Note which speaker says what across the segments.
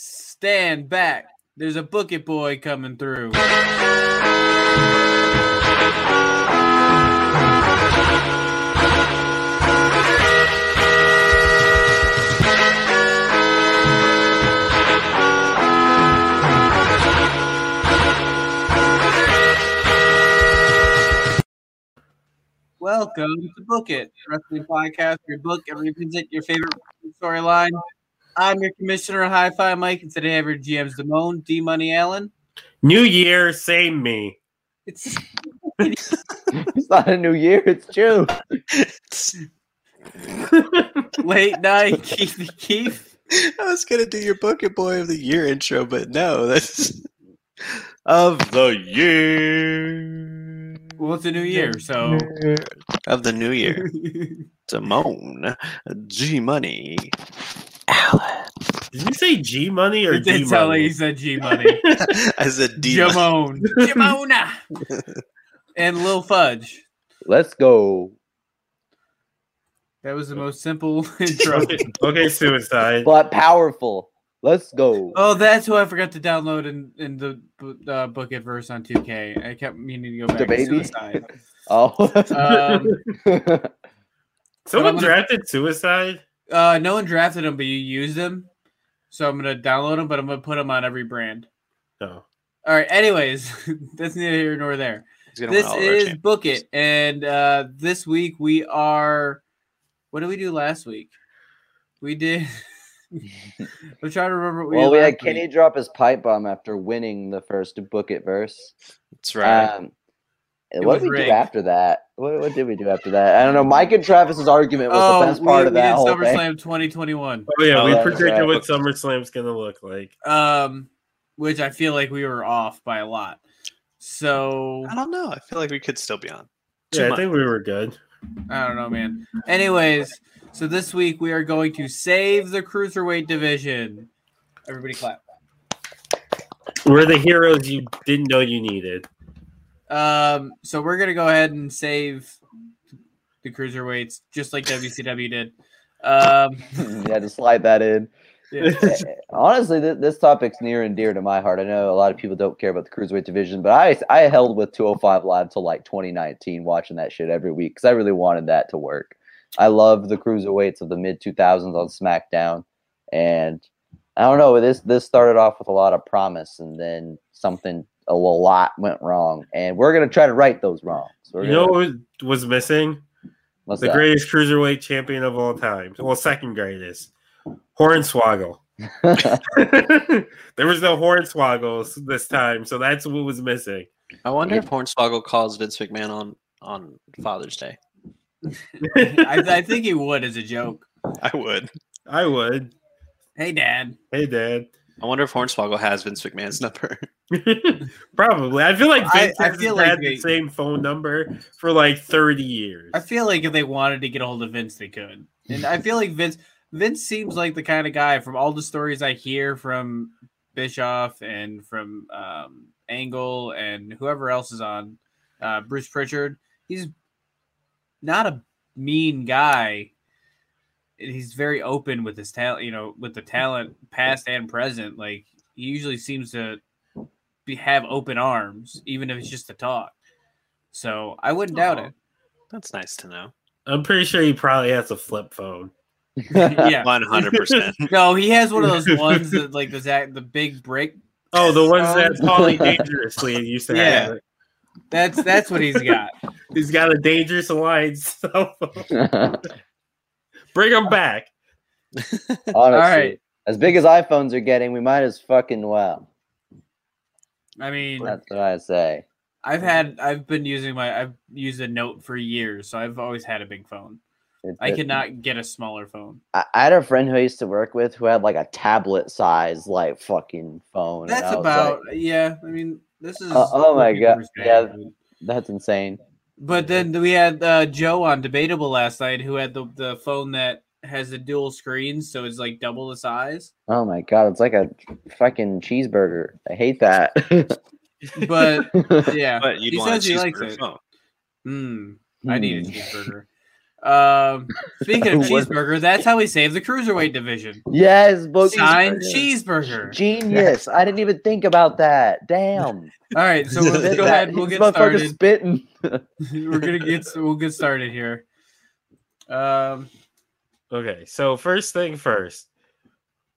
Speaker 1: stand back. There's a book it boy coming through. Welcome to Book It, the wrestling podcast, your book and revisit your favorite storyline. I'm your commissioner, Hi Fi Mike, and today I have your GMs Damone, D Money Allen.
Speaker 2: New Year, same me.
Speaker 1: It's
Speaker 3: It's not a new year. It's June.
Speaker 1: late night, Keithy Keith.
Speaker 4: I was gonna do your bucket boy of the year intro, but no, that's of the year.
Speaker 1: Well, it's a new year, so
Speaker 4: Of the new year, Simone, G Money, Alan.
Speaker 2: Did you say G Money or
Speaker 1: it
Speaker 2: D
Speaker 1: did sound like he
Speaker 2: Money?
Speaker 1: said G Money.
Speaker 4: I said D. Money.
Speaker 1: Jamone. Jamona. and Lil Fudge.
Speaker 3: Let's go.
Speaker 1: That was the most simple intro.
Speaker 2: Okay, okay, suicide.
Speaker 3: But powerful. Let's go.
Speaker 1: Oh, that's who I forgot to download in, in the bu- uh, book at verse on 2K. I kept meaning to go back to
Speaker 3: baby?
Speaker 1: Suicide.
Speaker 3: Oh.
Speaker 1: Um, I'm
Speaker 2: Someone
Speaker 1: gonna-
Speaker 2: drafted suicide.
Speaker 1: uh, no one drafted them, but you used them. So I'm going to download them, but I'm going to put them on every brand.
Speaker 2: No.
Speaker 1: All right. Anyways, that's neither here nor there.
Speaker 4: He's gonna win
Speaker 1: This
Speaker 4: all of our
Speaker 1: is
Speaker 4: champ-
Speaker 1: Book It. And uh, this week we are. What did we do last week? We did. I'm trying to remember. What we
Speaker 3: well,
Speaker 1: did
Speaker 3: we
Speaker 1: last
Speaker 3: had Kenny
Speaker 1: week.
Speaker 3: drop his pipe bomb after winning the first book it verse.
Speaker 4: That's right.
Speaker 3: Um, what
Speaker 1: was
Speaker 3: did we
Speaker 1: rigged.
Speaker 3: do after that? What, what did we do after that? I don't know. Mike and Travis's argument was the best
Speaker 1: Oh, we,
Speaker 3: part
Speaker 1: we
Speaker 3: of that
Speaker 1: did
Speaker 3: whole thing.
Speaker 1: SummerSlam 2021.
Speaker 2: Oh yeah,
Speaker 4: Oh,
Speaker 2: we
Speaker 3: that's
Speaker 2: predicted
Speaker 3: right.
Speaker 2: what SummerSlam's gonna look like.
Speaker 1: um, which I feel like we were off by a lot. So
Speaker 4: I don't know. I feel like we could still be on. Too
Speaker 2: Yeah, I
Speaker 4: much.
Speaker 2: think we were good.
Speaker 1: I don't know, man. Anyways, so this week we are going to save the cruiserweight division. Everybody clap.
Speaker 2: We're the heroes you didn't know you needed.
Speaker 1: Um, so we're gonna go ahead and save the cruiserweights, just like WCW did. Um,
Speaker 3: yeah, to slide that in.
Speaker 1: yeah.
Speaker 3: Honestly, th- this topic's near and dear to my heart. I know a lot of people don't care about the cruiserweight division, but I I held with 205 Live till like 2019, watching that shit every week because I really wanted that to work. I love the cruiserweights of the mid 2000s on SmackDown, and I don't know this this started off with a lot of promise, and then something a lot went wrong, and we're gonna try to right those wrongs. We're
Speaker 2: You know
Speaker 3: gonna-
Speaker 2: what was- was missing?
Speaker 3: what's
Speaker 2: The
Speaker 3: that?
Speaker 2: greatest cruiserweight champion of all time. Well, second greatest. Hornswoggle. there was no Hornswoggles this time, so that's what was missing.
Speaker 4: I wonder if Hornswoggle calls Vince McMahon on on Father's Day.
Speaker 1: I, I think he would as a joke.
Speaker 4: I would.
Speaker 2: I would.
Speaker 1: Hey, Dad.
Speaker 2: Hey, Dad.
Speaker 4: I wonder if Hornswoggle has Vince McMahon's number.
Speaker 2: Probably. I feel like
Speaker 1: I-
Speaker 2: Vince
Speaker 1: I
Speaker 2: has
Speaker 1: feel
Speaker 2: had
Speaker 1: like
Speaker 2: the
Speaker 1: they-
Speaker 2: same phone number for like 30 years.
Speaker 1: I feel like if they wanted to get a hold of Vince, they could. And I feel like Vince Vince seems like the kind of guy from all the stories I hear from Bischoff and from um, Angle and whoever else is on uh, Bruce Pritchard. He's not a mean guy. And He's very open with his talent, you know, with the talent past and present. Like he usually seems to be have open arms, even if it's just to talk. So I wouldn't doubt
Speaker 4: Aw.
Speaker 1: it.
Speaker 4: That's nice to know.
Speaker 2: I'm pretty sure he probably has a flip phone.
Speaker 1: yeah.
Speaker 4: One hundred percent.
Speaker 1: No, he has one of those ones that like the Zach, the big brick.
Speaker 2: Oh, the ones that
Speaker 3: Um,
Speaker 2: Paulie dangerously used to
Speaker 1: Yeah.
Speaker 2: have.
Speaker 1: That's that's what he's got.
Speaker 2: He's got a dangerous alliance. cell phone. Bring him back.
Speaker 3: Honestly,
Speaker 1: All right.
Speaker 3: as big as iPhones are getting, we might as fucking well.
Speaker 1: I mean,
Speaker 3: That's what I say.
Speaker 1: I've had I've been using my I've used a note for years, so I've always had a big phone.
Speaker 3: It-
Speaker 1: I
Speaker 3: it-
Speaker 1: could not get a smaller phone.
Speaker 3: I, I had a friend who I used to work with who had like a tablet size, like fucking phone. and
Speaker 1: That's
Speaker 3: I was
Speaker 1: about
Speaker 3: like,
Speaker 1: yeah. I mean, this is
Speaker 3: Uh, oh
Speaker 1: what
Speaker 3: my
Speaker 1: people
Speaker 3: God,
Speaker 1: were
Speaker 3: yeah.
Speaker 1: saying.
Speaker 3: that's insane.
Speaker 1: But then we had uh, Joe on debatable last night, who had the the phone that has the dual screens, so it's like double the size.
Speaker 3: Oh my god, it's like a fucking cheeseburger. I hate that.
Speaker 1: But yeah, Hmm.
Speaker 4: But you'd
Speaker 1: He
Speaker 4: want a
Speaker 1: says he likes
Speaker 4: cheeseburger
Speaker 1: it.
Speaker 4: phone.
Speaker 3: Hmm.
Speaker 1: mm, I need a cheeseburger. Um, speaking of cheeseburger, that's how we save the cruiserweight division.
Speaker 3: Yes, both
Speaker 1: Sign cheeseburger.
Speaker 3: Genius. I didn't even think about that. Damn.
Speaker 1: All right, so
Speaker 4: Look
Speaker 1: let's
Speaker 4: at
Speaker 1: go
Speaker 4: that.
Speaker 1: ahead. We'll
Speaker 3: This
Speaker 1: get
Speaker 3: motherfucker's
Speaker 1: started.
Speaker 3: spitting.
Speaker 1: We're gonna get we'll get started here. Um,
Speaker 2: Okay, so first thing first,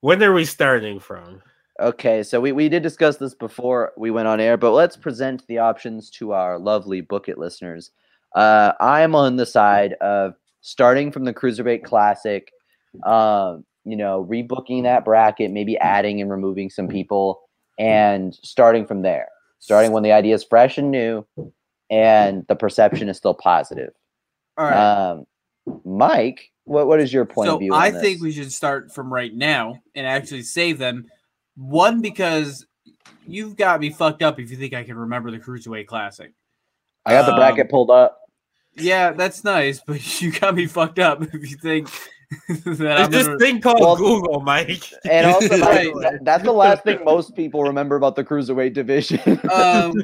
Speaker 2: when are we starting from?
Speaker 3: Okay, so we, we did discuss this before we went on air, but let's present the options to our lovely book it listeners. Uh, I'm on the side of starting from the Cruiserweight Classic, um, you know, rebooking that bracket, maybe adding and removing some people, and starting from there, starting when the idea is fresh and new, and the perception is still positive.
Speaker 1: all right.
Speaker 3: Um, Mike, what, what is your point
Speaker 1: so
Speaker 3: of view? on
Speaker 1: I
Speaker 3: this?
Speaker 1: think we should start from right now and actually save them. One because you've got me fucked up if you think I can remember the Cruiserweight Classic.
Speaker 3: I got the
Speaker 1: um,
Speaker 3: bracket pulled up.
Speaker 1: Yeah, that's nice, but you got me fucked up if you think that I'm
Speaker 2: There's this
Speaker 1: gonna-
Speaker 2: thing called
Speaker 3: Well-
Speaker 2: Google, Mike.
Speaker 3: And also,
Speaker 1: Right.
Speaker 3: like, that- that's the last thing most people remember about the cruiserweight division.
Speaker 1: um,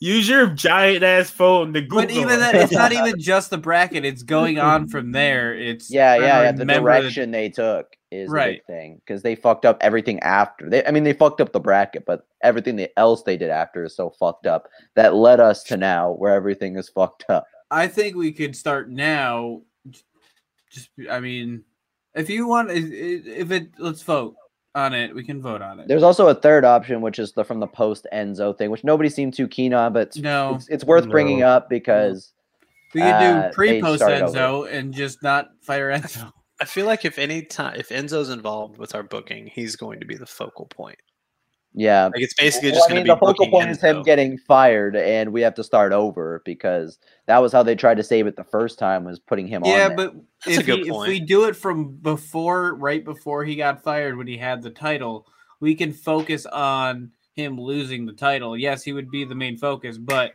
Speaker 2: Use your giant ass phone to Google.
Speaker 1: but even that,
Speaker 2: it.
Speaker 1: it's not even just the bracket. It's going on from there. It's
Speaker 3: yeah,
Speaker 1: trying to
Speaker 3: yeah, yeah. The
Speaker 1: remember that-
Speaker 3: direction they took is the
Speaker 1: Right.
Speaker 3: big thing because they fucked up everything after. They, I mean, they fucked up the bracket, but everything they, else they did after is so fucked up that led us to now where everything is fucked up.
Speaker 1: I think we could start now. Just, I mean, if you want, i- i- if it, let's vote on it. We can vote on it.
Speaker 3: There's also a third option, which is the from the post Enzo thing, which nobody seemed too keen on, but it's,
Speaker 1: no,
Speaker 3: it's, it's worth bringing
Speaker 2: No.
Speaker 3: up because
Speaker 1: we could
Speaker 3: uh,
Speaker 1: do
Speaker 3: they
Speaker 1: pre-post
Speaker 3: started over.
Speaker 1: Enzo and just not fire Enzo.
Speaker 4: I feel like if any time if Enzo's involved with our booking, he's going to be the focal point.
Speaker 3: yeah,
Speaker 4: Like it's basically
Speaker 3: Well,
Speaker 4: just
Speaker 3: I
Speaker 4: going
Speaker 3: mean,
Speaker 4: to
Speaker 3: the
Speaker 4: be
Speaker 3: focal
Speaker 4: booking
Speaker 3: point is him
Speaker 4: Enzo.
Speaker 3: getting fired, and we have to start over because that was how they tried to save it the first time was putting him on.
Speaker 1: Yeah,
Speaker 3: there.
Speaker 1: but
Speaker 4: That's a
Speaker 1: if,
Speaker 4: good
Speaker 1: he- if
Speaker 4: point.
Speaker 1: we do it from before, right before he got fired when he had the title, we can focus on him losing the title. Yes, he would be the main focus, but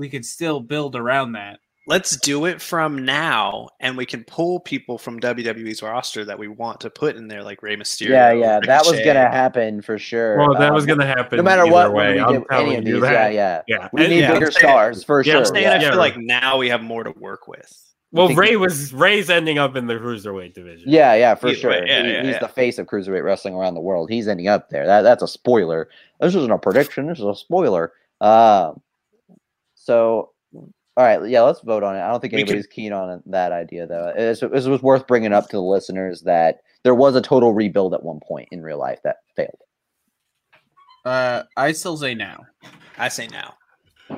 Speaker 1: we could still build around that.
Speaker 4: Let's do it from now, and we can pull people from WWE's roster that we want to put in there, like Rey Mysterio.
Speaker 3: yeah, yeah, that was
Speaker 4: Ricochet.
Speaker 3: gonna happen for sure.
Speaker 2: well, that
Speaker 3: Um,
Speaker 2: was gonna happen.
Speaker 3: No matter
Speaker 2: either
Speaker 3: what,
Speaker 2: way,
Speaker 3: we
Speaker 2: I'm
Speaker 3: did
Speaker 2: telling
Speaker 3: any of
Speaker 2: you
Speaker 3: these. Yeah,
Speaker 2: that.
Speaker 3: yeah.
Speaker 2: Yeah,
Speaker 3: We
Speaker 2: and-
Speaker 3: need
Speaker 2: yeah.
Speaker 3: bigger
Speaker 2: I'm saying-
Speaker 3: stars for
Speaker 2: Yeah,
Speaker 4: I'm
Speaker 3: sure.
Speaker 4: saying
Speaker 3: yeah.
Speaker 4: I feel
Speaker 2: yeah.
Speaker 4: like now we have more to work with.
Speaker 2: Well,
Speaker 4: think-
Speaker 2: Ray was Ray's ending up in the cruiserweight division.
Speaker 3: Yeah, yeah, for
Speaker 4: Either
Speaker 3: sure.
Speaker 4: way, yeah,
Speaker 3: He-
Speaker 4: yeah,
Speaker 3: he's
Speaker 4: yeah.
Speaker 3: the face of cruiserweight wrestling around the world. He's ending up there. That, that's a spoiler. This isn't a prediction. This is a spoiler. Um, so, all right, yeah, let's vote on it. I don't think
Speaker 4: We can-
Speaker 3: anybody's keen on it- that idea, though. This, this was worth bringing up to the listeners that there was a total rebuild at one point in real life that failed.
Speaker 1: Uh, I still say now.
Speaker 4: I say now.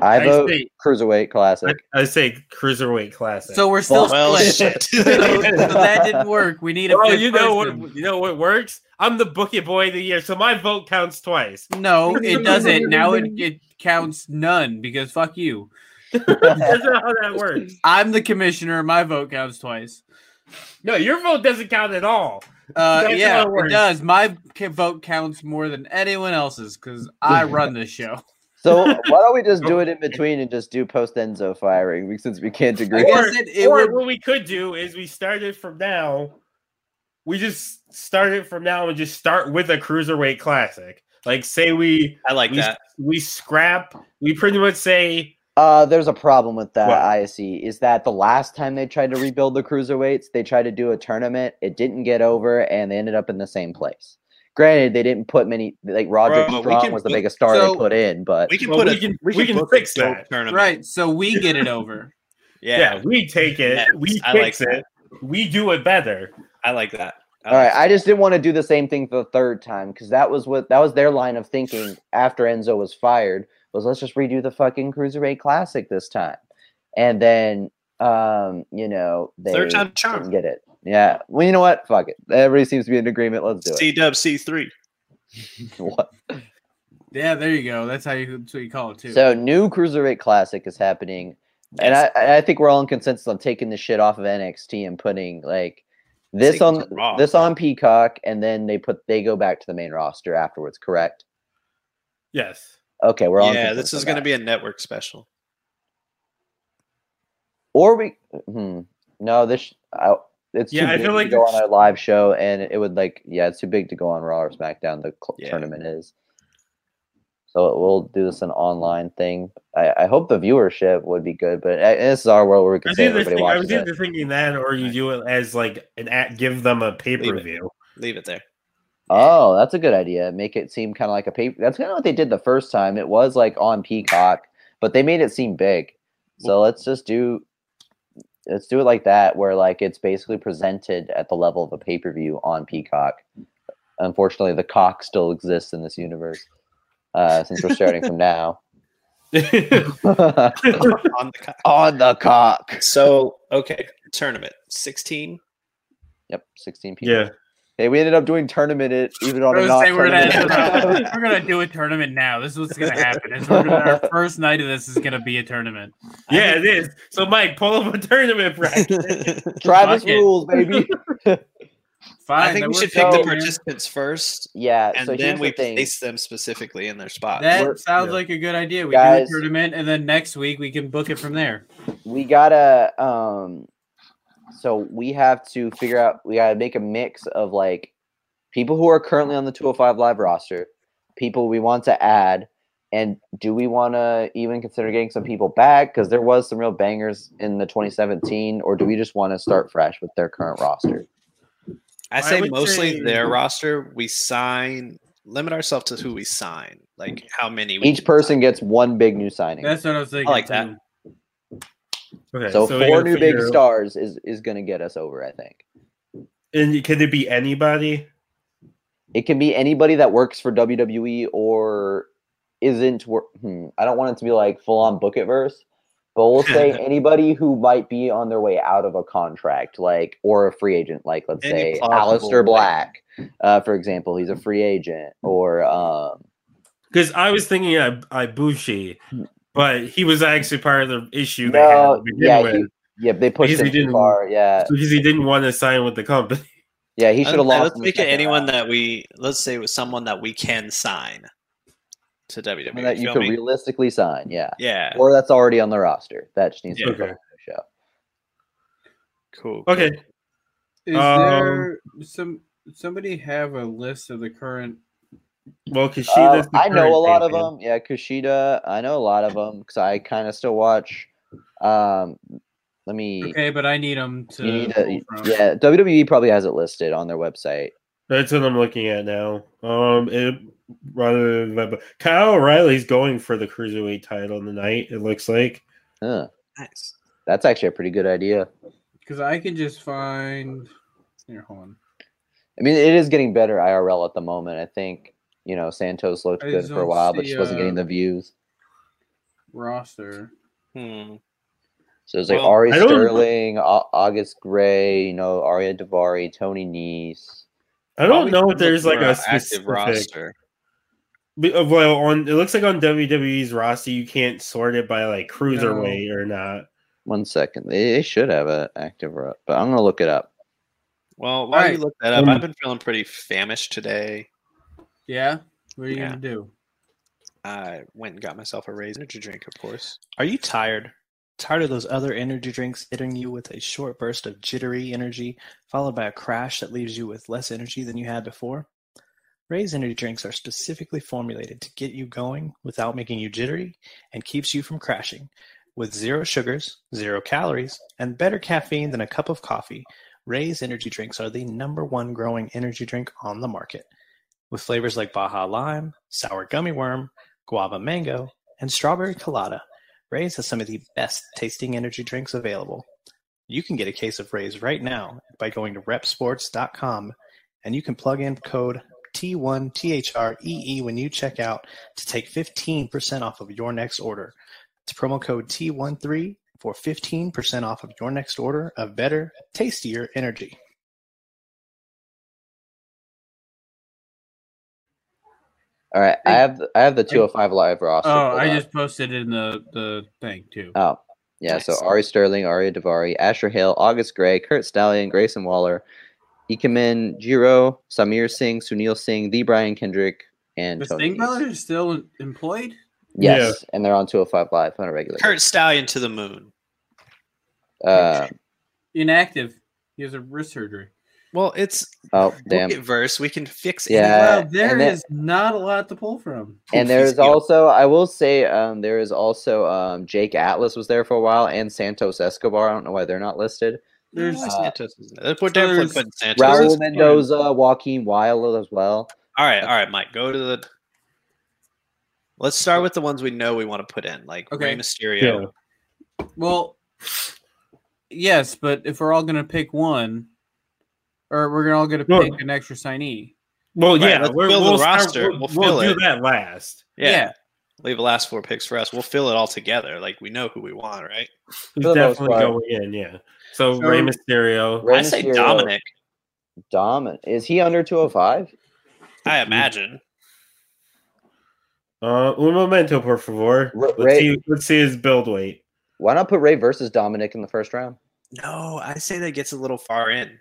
Speaker 3: I,
Speaker 2: I
Speaker 3: vote
Speaker 2: say-
Speaker 3: cruiserweight
Speaker 2: I,
Speaker 3: classic.
Speaker 2: I say cruiserweight classic.
Speaker 1: So we're still
Speaker 4: Well,
Speaker 1: split.
Speaker 4: shit.
Speaker 1: so, so that didn't work. We need a.
Speaker 2: well,
Speaker 1: fifth
Speaker 2: you know
Speaker 1: person.
Speaker 2: what? You know what works. I'm the bookie boy of the year, so my vote counts twice.
Speaker 1: No, it doesn't. Now it, it counts none because fuck you.
Speaker 2: That's not how that works.
Speaker 1: I'm the commissioner. My vote counts twice.
Speaker 2: No, your vote doesn't count at all.
Speaker 1: Uh,
Speaker 2: That's
Speaker 1: yeah,
Speaker 2: how it
Speaker 1: it
Speaker 2: works.
Speaker 1: does. My ca- vote counts more than anyone else's because I run this show.
Speaker 3: so why don't we just do it in between and just do post Enzo firing since we can't agree?
Speaker 1: I guess
Speaker 2: Or-
Speaker 1: it, it
Speaker 2: or
Speaker 1: would.
Speaker 2: what we could do is we started from now. We just start it from now and just start with a cruiserweight classic. Like say we
Speaker 4: I like
Speaker 2: we,
Speaker 4: that.
Speaker 2: we scrap. We pretty much say
Speaker 3: Uh, there's a problem with that.
Speaker 2: What?
Speaker 3: I see. Is that the last time they tried to rebuild the cruiserweights, they tried to do a tournament. It didn't get over, and they ended up in the same place. Granted, they didn't put many. Like Roderick
Speaker 4: Bro, we
Speaker 3: Strong
Speaker 4: can
Speaker 3: was the
Speaker 4: book-
Speaker 3: biggest star
Speaker 1: so-
Speaker 3: they put in, but
Speaker 4: We can
Speaker 2: well,
Speaker 4: put
Speaker 2: we
Speaker 4: a
Speaker 2: can we can
Speaker 4: book a
Speaker 2: fix
Speaker 4: dope
Speaker 2: that.
Speaker 4: tournament.
Speaker 1: Right, so we get it over.
Speaker 2: Yeah.
Speaker 4: Yeah,
Speaker 2: we take it.
Speaker 4: Yes,
Speaker 2: we
Speaker 4: I
Speaker 2: fix
Speaker 4: like
Speaker 2: it. We do it better.
Speaker 4: I like that. I
Speaker 3: all
Speaker 4: like
Speaker 3: right. I just didn't want to do the same thing for the third time because that was what that was their line of thinking after Enzo was fired was let's just redo the fucking cruiserweight classic this time, and then um, you know they
Speaker 4: Third time
Speaker 3: didn't
Speaker 4: charm.
Speaker 3: get it. Yeah. Well, you know what? Fuck it. Everybody seems to be in agreement. Let's do
Speaker 4: C Dub C three.
Speaker 3: it. What?
Speaker 1: Yeah, there you go. That's how you, that's what you call it too.
Speaker 3: So new cruiserweight classic is happening, and I
Speaker 4: Yes.
Speaker 3: I I think we're all in consensus on taking the shit off of NXT and putting like this
Speaker 4: Take it
Speaker 3: on
Speaker 4: to Raw.
Speaker 3: this on Peacock, and then they put they go back to the main roster afterwards. Correct?
Speaker 2: Yes.
Speaker 3: Okay, we're all in
Speaker 4: Yeah, this
Speaker 3: consensus
Speaker 4: is
Speaker 3: on
Speaker 4: going to
Speaker 3: that.
Speaker 4: be a network special.
Speaker 3: or we hmm, no this I, it's
Speaker 2: Yeah,
Speaker 3: too
Speaker 2: I
Speaker 3: big
Speaker 2: feel like
Speaker 3: to go on
Speaker 2: it's-
Speaker 3: a live show, and it would like yeah, it's too big to go on Raw or SmackDown. The cl-
Speaker 4: Yeah.
Speaker 3: tournament is. So we'll do this an online thing. I, I hope the viewership would be good, but uh, this is our world where we
Speaker 2: I
Speaker 3: can
Speaker 2: was,
Speaker 3: say
Speaker 2: either
Speaker 3: everybody
Speaker 2: think, I
Speaker 3: watches
Speaker 2: was
Speaker 3: it.
Speaker 2: either thinking that, or you do it as like an at, give them a pay per view.
Speaker 4: Leave it there.
Speaker 3: Oh, that's a good idea. Make it seem kind of like a paper. That's kind of what they did the first time. It was like on Peacock, but they made it seem big. So let's just do let's do it like that, where like it's basically presented at the level of a pay per view on Peacock. Unfortunately, the cock still exists in this universe. Uh, since we're starting from now,
Speaker 4: On the
Speaker 3: on
Speaker 4: co-
Speaker 3: the cock.
Speaker 4: so okay, tournament sixteen.
Speaker 3: Yep, sixteen people.
Speaker 2: yeah,
Speaker 3: Hey, we ended up doing tournament it even on
Speaker 1: I
Speaker 3: a
Speaker 1: was
Speaker 3: not
Speaker 1: saying we're,
Speaker 3: tournament.
Speaker 1: gonna, we're gonna do a tournament now. This is what's gonna happen. It's- we're gonna- our first night of this is gonna be a tournament.
Speaker 2: yeah, it is. So Mike, pull up a tournament bracket.
Speaker 3: Travis
Speaker 1: Fuck it.
Speaker 3: rules, baby.
Speaker 1: Fine.
Speaker 4: I think
Speaker 1: that
Speaker 4: we should
Speaker 1: works
Speaker 4: pick
Speaker 1: out,
Speaker 4: the
Speaker 1: man.
Speaker 4: participants first,
Speaker 3: Yeah.
Speaker 4: and
Speaker 3: Uh, so
Speaker 4: then
Speaker 3: here's
Speaker 4: we
Speaker 3: the thing.
Speaker 4: place them specifically in their spots.
Speaker 1: That
Speaker 3: We're-
Speaker 1: sounds
Speaker 2: yeah.
Speaker 1: like a good idea. We
Speaker 3: Guys.
Speaker 1: do a tournament, and then next week we can book it from there.
Speaker 3: we gotta um so we have to figure out we gotta make a mix of like people who are currently on the 205 live roster people we want to add and do we want to even consider getting some people back because there was some real bangers in the 2017 or do we just want to start fresh with their current roster
Speaker 4: I
Speaker 2: I
Speaker 4: say
Speaker 2: would
Speaker 4: mostly
Speaker 2: say-
Speaker 4: their roster. We sign, limit ourselves to who we sign, like how many we
Speaker 3: each
Speaker 4: can
Speaker 3: person
Speaker 4: sign.
Speaker 3: gets one big new signing
Speaker 1: That's what I was thinking.
Speaker 4: like that.
Speaker 1: too.
Speaker 2: Okay,
Speaker 3: so,
Speaker 2: we
Speaker 3: four
Speaker 2: gotta
Speaker 3: new big
Speaker 2: figure-
Speaker 3: stars is is going to get us over i think
Speaker 2: And can it be anybody?
Speaker 3: It can be anybody that works for WWE or isn't work. Hmm, I don't want it to be like full on book it verse, but we'll say anybody who might be on their way out of a contract, like or a free agent, like let's
Speaker 4: Any
Speaker 3: say
Speaker 4: plausible,
Speaker 3: Alistair
Speaker 4: like-
Speaker 3: Black, uh, for example, he's a free agent, or um,
Speaker 2: Because I was thinking I Ibushi, but he was actually part of the issue they had
Speaker 3: no,
Speaker 2: to begin
Speaker 3: yeah,
Speaker 2: with
Speaker 3: he, uh, yeah, they pushed
Speaker 2: Because
Speaker 3: him
Speaker 2: he
Speaker 3: too
Speaker 2: didn't-
Speaker 3: far, yeah,
Speaker 2: because he didn't want to sign with the company.
Speaker 3: yeah, he
Speaker 4: I
Speaker 3: should have
Speaker 4: don't know,
Speaker 3: lost.
Speaker 4: Let's
Speaker 3: in the
Speaker 4: make it
Speaker 3: second
Speaker 4: anyone
Speaker 3: round.
Speaker 4: that we let's say it was someone that we can sign to WWE.
Speaker 3: Someone that you
Speaker 4: feel
Speaker 3: could
Speaker 4: me?
Speaker 3: realistically sign, yeah,
Speaker 4: yeah,
Speaker 3: or that's already on the roster. That just needs
Speaker 4: Yeah.
Speaker 3: to be put
Speaker 2: Okay.
Speaker 3: on the show.
Speaker 4: cool.
Speaker 2: Okay,
Speaker 1: Is
Speaker 2: Um,
Speaker 1: there some somebody have a list of the current?
Speaker 2: well, Kishida's
Speaker 3: Uh,
Speaker 2: the
Speaker 3: I know
Speaker 2: current
Speaker 3: a lot of
Speaker 2: champion.
Speaker 3: them. Yeah, Kushida. I know a lot of them because I kind of still watch. Um, let me.
Speaker 1: Okay, but I need them to.
Speaker 3: You need
Speaker 1: pull
Speaker 3: to,
Speaker 1: from.
Speaker 3: yeah, WWE probably has it listed on their website.
Speaker 2: That's what I'm looking at now. Um, it rather than but Kyle O'Reilly's going for the cruiserweight title tonight. It looks like.
Speaker 3: Huh,
Speaker 4: Nice.
Speaker 3: that's actually a pretty good idea.
Speaker 1: Because I can just find. Here, hold on.
Speaker 3: I mean, it is getting better IRL at the moment. I think you know Santos looked
Speaker 1: I
Speaker 3: good
Speaker 1: just
Speaker 3: for a
Speaker 1: don't
Speaker 3: while, but
Speaker 1: see,
Speaker 3: she wasn't getting
Speaker 1: uh,
Speaker 3: the views.
Speaker 1: Roster.
Speaker 4: Hmm.
Speaker 3: So it's like
Speaker 4: well,
Speaker 3: Ari
Speaker 2: I don't-
Speaker 3: Sterling, Au- August Gray, you know Aria Davari, Tony Nese.
Speaker 2: I don't
Speaker 4: Probably
Speaker 2: know if
Speaker 4: look
Speaker 2: there's like
Speaker 4: for
Speaker 2: a
Speaker 4: an
Speaker 2: specific.
Speaker 4: roster.
Speaker 2: Be- uh, Well, on it looks like on WWE's roster, you can't sort it by like cruiserweight or not.
Speaker 3: One second, they, they should have an active rep, but I'm gonna look it up.
Speaker 4: Well, while you
Speaker 1: Alright.
Speaker 4: look that up,
Speaker 2: Um,
Speaker 4: I've been feeling pretty famished today.
Speaker 1: Yeah. What are you
Speaker 4: Yeah.
Speaker 1: gonna do?
Speaker 4: I went and got myself a raised energy drink, of course. Are you tired? Tired of those other energy drinks hitting you with a short burst of jittery energy, followed by a crash that leaves you with less energy than you had before? Raise energy drinks are specifically formulated to get you going without making you jittery and keeps you from crashing. With zero sugars, zero calories, and better caffeine than a cup of coffee, Raise energy drinks are the number one growing energy drink on the market. With flavors like Baja Lime, Sour Gummy Worm, guava mango, and strawberry colada, Ray's has some of the best tasting energy drinks available. You can get a case of Ray's right now by going to repsports.com and you can plug in code T1THREE E when you check out to take 15% off of your next order. It's promo code T13 for 15% off of your next order of better, tastier energy.
Speaker 3: All right, I
Speaker 1: Hey,
Speaker 3: have the- I have the 205 live roster.
Speaker 1: Oh,
Speaker 3: pulled
Speaker 1: I
Speaker 3: up.
Speaker 1: just posted in the the thing too.
Speaker 3: Oh, yeah.
Speaker 4: Nice.
Speaker 3: So Ari Sterling, Aria Davari, Asher Hale, August Gray, Kurt Stallion, Grayson Waller, Ikemen Jiro, Samir Singh, Sunil Singh, The Brian Kendrick, and
Speaker 1: the
Speaker 3: Tony.
Speaker 1: Sting
Speaker 3: Nese.
Speaker 1: Brothers are still employed.
Speaker 3: Yes, and they're on 205 Live on a regular.
Speaker 4: Kurt Stallion to the moon.
Speaker 3: basis. Uh,
Speaker 1: Inactive. He has a wrist surgery.
Speaker 4: Well, it's
Speaker 3: Oh damn!
Speaker 4: verse. We can fix any-
Speaker 3: Yeah.
Speaker 1: Well,
Speaker 3: and
Speaker 1: there
Speaker 3: that-
Speaker 1: is not a lot to pull from.
Speaker 3: And
Speaker 4: Poof, he's
Speaker 3: there's
Speaker 4: gone.
Speaker 3: also, I will say, um, there is also um, Jake Atlas was there for a while, and Santos Escobar. I don't know why they're not listed.
Speaker 1: There's
Speaker 4: No,
Speaker 3: uh,
Speaker 4: Santos isn't there. We're definitely
Speaker 1: there's-
Speaker 4: putting Santos.
Speaker 3: Raul
Speaker 4: in.
Speaker 3: Mendoza, Joaquin Wilder as well.
Speaker 4: All right, all right, Mike. Go to the. Let's start with the ones we know we want to put in, like
Speaker 1: Okay.
Speaker 4: Rey Mysterio.
Speaker 1: well, yes, but if we're all gonna pick one, or we're all gonna
Speaker 2: Sure.
Speaker 1: pick an extra signee.
Speaker 2: Well,
Speaker 4: Right,
Speaker 2: yeah,
Speaker 4: let's
Speaker 2: we're,
Speaker 4: build the
Speaker 2: we'll start-
Speaker 4: roster.
Speaker 2: We'll,
Speaker 4: We'll
Speaker 2: we'll
Speaker 4: fill
Speaker 2: do
Speaker 4: it.
Speaker 2: that last.
Speaker 4: Yeah. leave the last four picks for us. We'll fill it all together. Like we know who we want, right?
Speaker 2: He's
Speaker 3: For the most
Speaker 2: definitely
Speaker 3: part.
Speaker 2: going in. Yeah. So,
Speaker 1: So-
Speaker 2: Rey Mysterio.
Speaker 3: Rey
Speaker 4: I say
Speaker 3: Mysterio,
Speaker 4: Dominic.
Speaker 3: Domin- Is he under 205?
Speaker 4: I
Speaker 3: Mm-hmm.
Speaker 4: imagine.
Speaker 2: Uh, un momento, por favor.
Speaker 3: Re-
Speaker 2: Let's
Speaker 3: Rey-
Speaker 2: see. Let's see his build weight.
Speaker 3: Why not put Ray versus Dominic in the first round?
Speaker 4: No, I say that gets a little far in.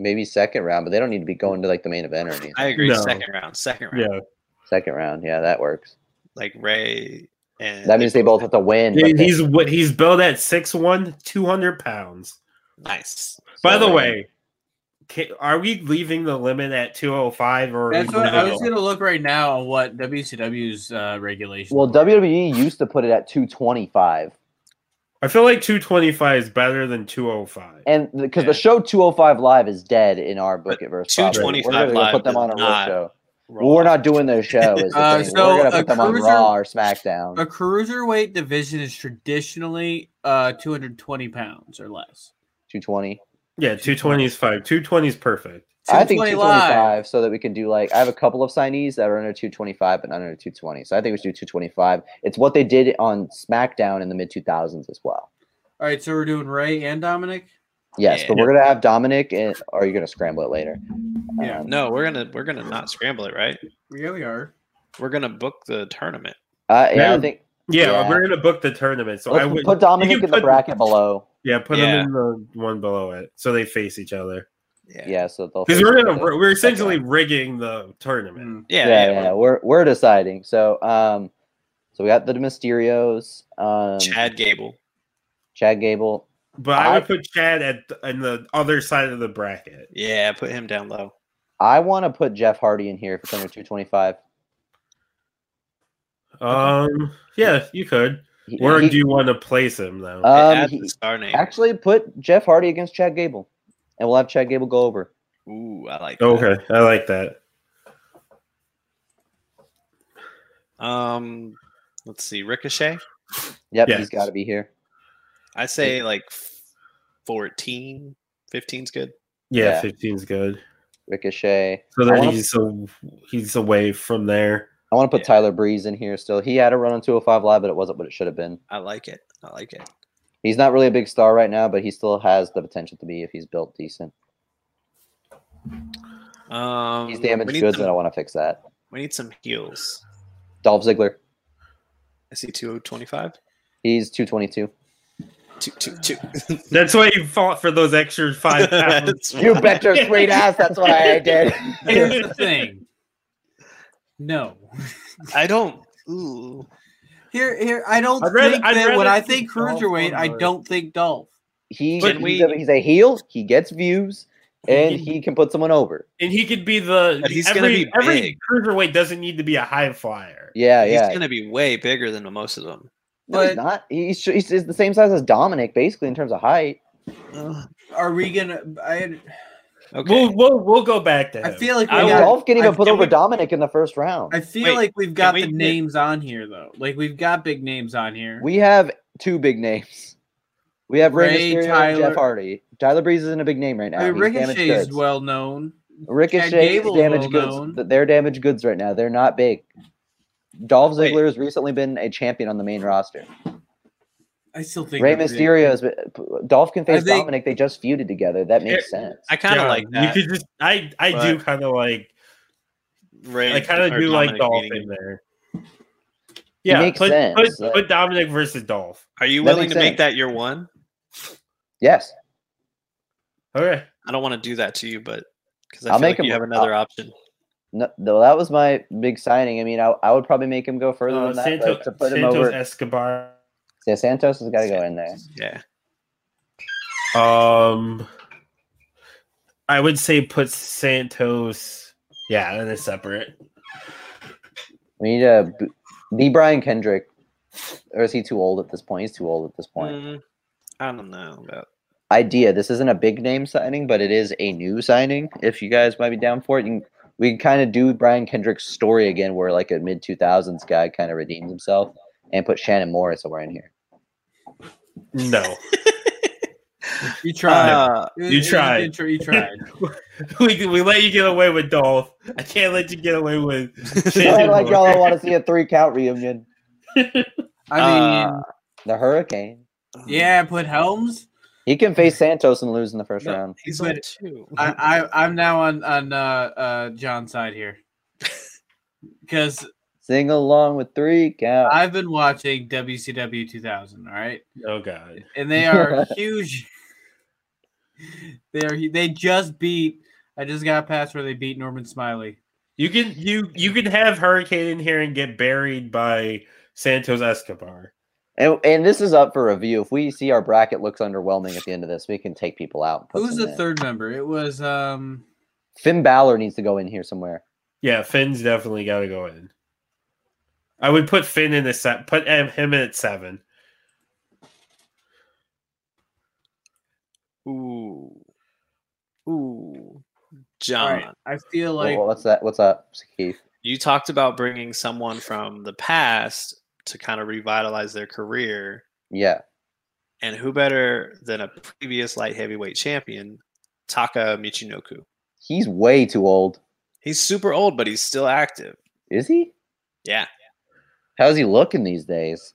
Speaker 3: Maybe second round, but they don't need to be going to like the main event or anything.
Speaker 4: I agree.
Speaker 2: No.
Speaker 4: Second round. Second round.
Speaker 2: Yeah.
Speaker 3: Second round, yeah, that works.
Speaker 4: Like Ray and
Speaker 3: That means they both have to win. but
Speaker 2: He-
Speaker 3: they-
Speaker 2: He's what he's built at 6'1", 200 pounds.
Speaker 4: nice.
Speaker 2: By
Speaker 3: so-
Speaker 2: the way, ca- are we leaving the limit at 205 or are
Speaker 1: That's
Speaker 2: we
Speaker 1: what I
Speaker 2: leaving
Speaker 1: was
Speaker 2: it-
Speaker 1: gonna look right now on what WCW's uh, regulations.
Speaker 3: well, WWE used to put it at 225,
Speaker 2: I feel like 225 is better than 205.
Speaker 3: and because
Speaker 4: Yeah.
Speaker 3: the show 205 Live is dead in our book
Speaker 4: But
Speaker 3: it versus
Speaker 4: 225
Speaker 3: We're gonna
Speaker 4: Live
Speaker 3: put them
Speaker 4: does
Speaker 3: on a real
Speaker 4: not
Speaker 3: show. Well, we're not doing their show. Is the
Speaker 1: Uh,
Speaker 3: thing.
Speaker 1: so
Speaker 3: we're gonna
Speaker 1: a
Speaker 3: put them on
Speaker 1: cruiser-
Speaker 3: Raw or SmackDown.
Speaker 1: a cruiserweight division is traditionally uh, 220 pounds or less.
Speaker 3: 220.
Speaker 2: Yeah, 220 is fine. 220 is perfect.
Speaker 3: I think
Speaker 1: 220 live.
Speaker 3: 225, so that we can do like I have a couple of signees that are under 225 but not under 220. So I think we should do 225. It's what they did on SmackDown in the mid 2000s as well.
Speaker 1: All right, so we're doing Ray and Dominic.
Speaker 3: Yes,
Speaker 4: Yeah.
Speaker 3: but we're gonna have Dominic, and or you're gonna scramble it later.
Speaker 1: Yeah.
Speaker 3: Um,
Speaker 4: No, we're gonna we're gonna not scramble it, right?
Speaker 1: We really are.
Speaker 4: We're gonna book the tournament.
Speaker 3: uh, yeah, I
Speaker 2: Man,
Speaker 3: think
Speaker 2: Yeah,
Speaker 3: Yeah.
Speaker 2: we're gonna book the tournament. So I
Speaker 3: let's
Speaker 2: would
Speaker 3: put
Speaker 2: you
Speaker 3: Dominic
Speaker 2: can
Speaker 3: in the
Speaker 2: put-
Speaker 3: bracket below.
Speaker 2: Yeah, put
Speaker 4: Yeah.
Speaker 2: them in the one below it so they face each other.
Speaker 3: Yeah, so they'll
Speaker 2: Because
Speaker 3: face
Speaker 2: we're
Speaker 3: each
Speaker 2: gonna
Speaker 3: other.
Speaker 2: we're essentially rigging the tournament.
Speaker 1: Mm.
Speaker 4: Yeah,
Speaker 3: yeah, yeah, We're we're deciding. So um, so we got the Mysterios, um,
Speaker 4: Chad Gable.
Speaker 3: Chad Gable.
Speaker 2: But I
Speaker 3: I-
Speaker 2: would put Chad at the, in the other side of the bracket.
Speaker 4: Yeah, put him down low.
Speaker 3: I want to put Jeff Hardy in here if it's under 225.
Speaker 2: Um, yeah, you could.
Speaker 3: He-
Speaker 2: Where
Speaker 3: he-
Speaker 2: do you want to place him though?
Speaker 3: Um,
Speaker 4: Add
Speaker 3: he-
Speaker 4: the star name.
Speaker 3: Actually, put Jeff Hardy against Chad Gable, and we'll have Chad Gable go over.
Speaker 4: Ooh, I like. that.
Speaker 2: Oh, okay, I like that.
Speaker 4: Um, let's see, Ricochet.
Speaker 3: Yep,
Speaker 2: Yes.
Speaker 3: he's got to be here.
Speaker 4: I say like 14, 15's good.
Speaker 2: Yeah,
Speaker 3: Yeah.
Speaker 2: 15's good.
Speaker 3: Ricochet.
Speaker 2: So
Speaker 3: I
Speaker 2: then
Speaker 3: wanna-
Speaker 2: he's a, he's away from there.
Speaker 3: I want to put
Speaker 4: Yeah.
Speaker 3: Tyler Breeze in here still. He had a run on 205 Live, but it wasn't what it should have been.
Speaker 4: I like it. I like it.
Speaker 3: He's not really a big star right now, but he still has the potential to be if he's built decent.
Speaker 4: Um,
Speaker 3: He's
Speaker 4: we
Speaker 3: damaged
Speaker 4: need
Speaker 3: goods,
Speaker 4: some-
Speaker 3: and I want to fix that.
Speaker 4: we need some heels.
Speaker 3: Dolph Ziggler.
Speaker 4: I see 225.
Speaker 3: He's 222.
Speaker 4: Two, two, two.
Speaker 2: That's why you fought for those extra five pounds.
Speaker 4: That's
Speaker 3: You
Speaker 4: right.
Speaker 3: bet your sweet ass. That's why I did.
Speaker 1: Here's the thing. No.
Speaker 4: I don't. Ooh.
Speaker 1: Here, here. I don't
Speaker 2: I'd rather-
Speaker 1: think
Speaker 2: I'd
Speaker 1: that
Speaker 2: rather
Speaker 1: when I
Speaker 2: see
Speaker 1: think
Speaker 2: Dolph
Speaker 1: cruiserweight,
Speaker 2: on
Speaker 1: I
Speaker 2: the-
Speaker 1: don't think Dolph.
Speaker 3: He,
Speaker 4: Can
Speaker 3: he's,
Speaker 4: we-
Speaker 3: a, he's a heel. He gets views, and
Speaker 2: He-
Speaker 3: he can put someone over.
Speaker 2: and he could be the.
Speaker 4: But he's gonna
Speaker 2: every,
Speaker 4: be
Speaker 2: every
Speaker 4: big.
Speaker 2: cruiserweight doesn't need to be a high flyer.
Speaker 3: Yeah,
Speaker 4: He's
Speaker 3: yeah.
Speaker 4: going to be way bigger than most of them.
Speaker 3: No, he's
Speaker 1: But-
Speaker 3: not. He's, he's, he's the same size as Dominic, basically in terms of height.
Speaker 4: Ugh.
Speaker 1: Are we gonna? I,
Speaker 4: Okay.
Speaker 2: We'll, we'll we'll go back to him.
Speaker 1: I feel like we
Speaker 4: I
Speaker 3: And
Speaker 4: will-
Speaker 1: got,
Speaker 3: Dolph can even
Speaker 1: I-
Speaker 3: put
Speaker 1: can
Speaker 3: over
Speaker 1: we-
Speaker 3: Dominic in the first round.
Speaker 1: I feel
Speaker 4: Wait,
Speaker 1: like we've got
Speaker 4: we
Speaker 1: the
Speaker 4: get-
Speaker 1: names on here though. Like we've got big names on here.
Speaker 3: we have two big names. We have Rey
Speaker 1: Ray,
Speaker 3: Mysterio and
Speaker 1: Tyler-
Speaker 3: Jeff Hardy. Tyler Breeze isn't a big name right now.
Speaker 1: I mean,
Speaker 3: He's damaged
Speaker 1: Ricochet is
Speaker 3: goods.
Speaker 1: well known.
Speaker 3: Ricochet's
Speaker 1: Gable's
Speaker 3: damaged
Speaker 1: well
Speaker 3: goods.
Speaker 1: known.
Speaker 3: Th- They're damaged goods right now. They're not big. Dolph
Speaker 4: Wait.
Speaker 3: Ziggler has recently been a champion on the main roster.
Speaker 1: I still think
Speaker 3: Rey
Speaker 1: they're big.
Speaker 3: Mysterio is. but Dolph can face
Speaker 1: think-
Speaker 3: Dominic. They just feuded together. That makes sense.
Speaker 4: I kind of
Speaker 2: Yeah,
Speaker 4: like that.
Speaker 2: You could just. I I do kind of like.
Speaker 4: Ray,
Speaker 2: I kind of
Speaker 4: or
Speaker 2: do like
Speaker 4: Dominic
Speaker 2: Dolph
Speaker 4: beating
Speaker 2: in
Speaker 4: him.
Speaker 2: there. Yeah,
Speaker 3: makes
Speaker 2: put,
Speaker 3: sense, uh,
Speaker 2: put-
Speaker 3: like-
Speaker 2: put Dominic versus Dolph.
Speaker 4: Are you
Speaker 3: That
Speaker 4: willing
Speaker 3: makes
Speaker 4: to make
Speaker 3: sense.
Speaker 4: that your one?
Speaker 3: Yes,
Speaker 2: Okay.
Speaker 4: I don't want to do that to you, but because I
Speaker 3: I'll
Speaker 4: feel
Speaker 3: make
Speaker 4: like you
Speaker 3: him-
Speaker 4: have another option.
Speaker 3: no, though that was my big signing. I mean, I, I would probably make him go further
Speaker 2: Uh,
Speaker 3: than that
Speaker 2: Santo-
Speaker 3: but to put him
Speaker 2: Santos
Speaker 3: over.
Speaker 2: Escobar.
Speaker 3: Yeah, Santos has got to go in there.
Speaker 4: Yeah.
Speaker 2: Um, I would say put Santos. Yeah, in a separate.
Speaker 3: We need a B- the Brian Kendrick, or is he too old at this point? He's too old at this point.
Speaker 4: Mm, I don't know about.
Speaker 3: idea. This isn't a big name signing, but it is a new signing. If you guys might be down for it, you can, we can kind of do Brian Kendrick's story again, where like a mid two thousands guy kind of redeems himself, and put Shannon Moore somewhere in here.
Speaker 2: No,
Speaker 1: You tried.
Speaker 4: Uh,
Speaker 2: you tried.
Speaker 1: did try- You, tried.
Speaker 2: we we let you get away with Dolph. I can't let you get away with.
Speaker 3: I
Speaker 2: Shannon
Speaker 3: like
Speaker 2: Moore.
Speaker 3: y'all. I want to see a three count reunion.
Speaker 1: I mean,
Speaker 3: The Hurricane.
Speaker 1: yeah, put Helms.
Speaker 3: He can face Santos and lose in the first
Speaker 4: No.
Speaker 3: round.
Speaker 4: he's
Speaker 1: but-
Speaker 4: on two.
Speaker 1: I, I I'm now on on uh, uh, John's side here because
Speaker 3: Sing along with three count.
Speaker 1: I've been watching WCW 2000. All right,
Speaker 2: Oh God.
Speaker 1: and they are huge. they are. hu- They just beat. I just got past where they beat Norman Smiley.
Speaker 2: You can you you can have Hurricane in here and get buried by Santos Escobar.
Speaker 3: And, and this is up for review. If we see our bracket looks underwhelming at the end of this, we can take people out. and put
Speaker 1: Who's
Speaker 3: them
Speaker 1: the
Speaker 3: in.
Speaker 1: third member? It was um.
Speaker 3: Finn Balor needs to go in here somewhere.
Speaker 2: Yeah, Finn's definitely got to go in. I would put Finn in the set. Put him him in at seven.
Speaker 4: Ooh, ooh,
Speaker 1: all
Speaker 4: John.
Speaker 1: right, I feel like
Speaker 3: Wha- what's that? What's up, Keith?
Speaker 4: You talked about bringing someone from the past to kind of revitalize their career,
Speaker 3: Yeah.
Speaker 4: and who better than a previous light heavyweight champion, Taka Michinoku?
Speaker 3: He's way too old.
Speaker 4: He's super old, but he's still active.
Speaker 3: Is he?
Speaker 4: Yeah.
Speaker 3: How's he looking these days?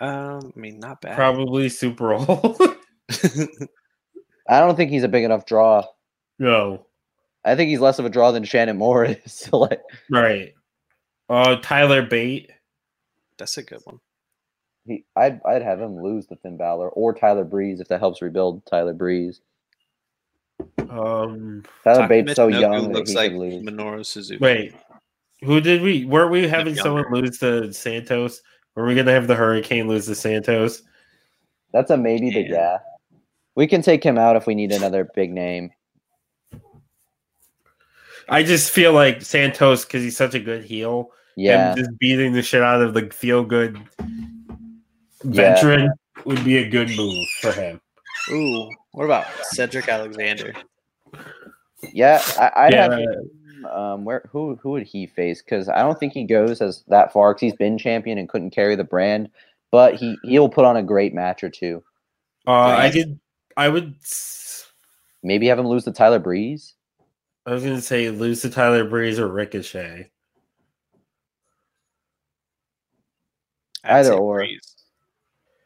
Speaker 4: Um, I mean, not bad.
Speaker 2: Probably super old.
Speaker 3: I don't think he's a big enough draw.
Speaker 2: no,
Speaker 3: I think he's less of a draw than Shannon Moore is. So like,
Speaker 2: right. Oh, Tyler Bate.
Speaker 4: That's a good one.
Speaker 3: he, I'd I'd have him lose the Finn Balor or Tyler Breeze if that helps rebuild Tyler Breeze.
Speaker 2: Um,
Speaker 3: Tyler
Speaker 4: Taka
Speaker 3: Bates so
Speaker 4: Michinoku
Speaker 3: young that
Speaker 4: looks
Speaker 3: he
Speaker 4: like
Speaker 3: could lose.
Speaker 4: Minoru Suzuki.
Speaker 2: wait, who did we? Were we having
Speaker 4: Younger.
Speaker 2: someone lose to Santos? Were we gonna have the Hurricane lose to Santos?
Speaker 3: That's a maybe, but
Speaker 4: Yeah.
Speaker 3: yeah, we can take him out if we need another big name.
Speaker 2: I just feel like Santos because he's such a good heel.
Speaker 3: Yeah,
Speaker 2: him just beating the shit out of the feel good veteran would be a good move for him.
Speaker 4: Ooh, what about Cedric Alexander?
Speaker 3: yeah, I, I'd
Speaker 2: yeah,
Speaker 3: have um, where who who would he face? Because I don't think he goes as that far. Because he's been champion and couldn't carry the brand, but he he'll put on a great match or two.
Speaker 2: uh, I did. I would. s-
Speaker 3: Maybe have him lose to Tyler Breeze.
Speaker 2: I was gonna say lose to Tyler Breeze or Ricochet.
Speaker 4: I'd
Speaker 3: Either
Speaker 4: say
Speaker 3: or.
Speaker 4: Breeze.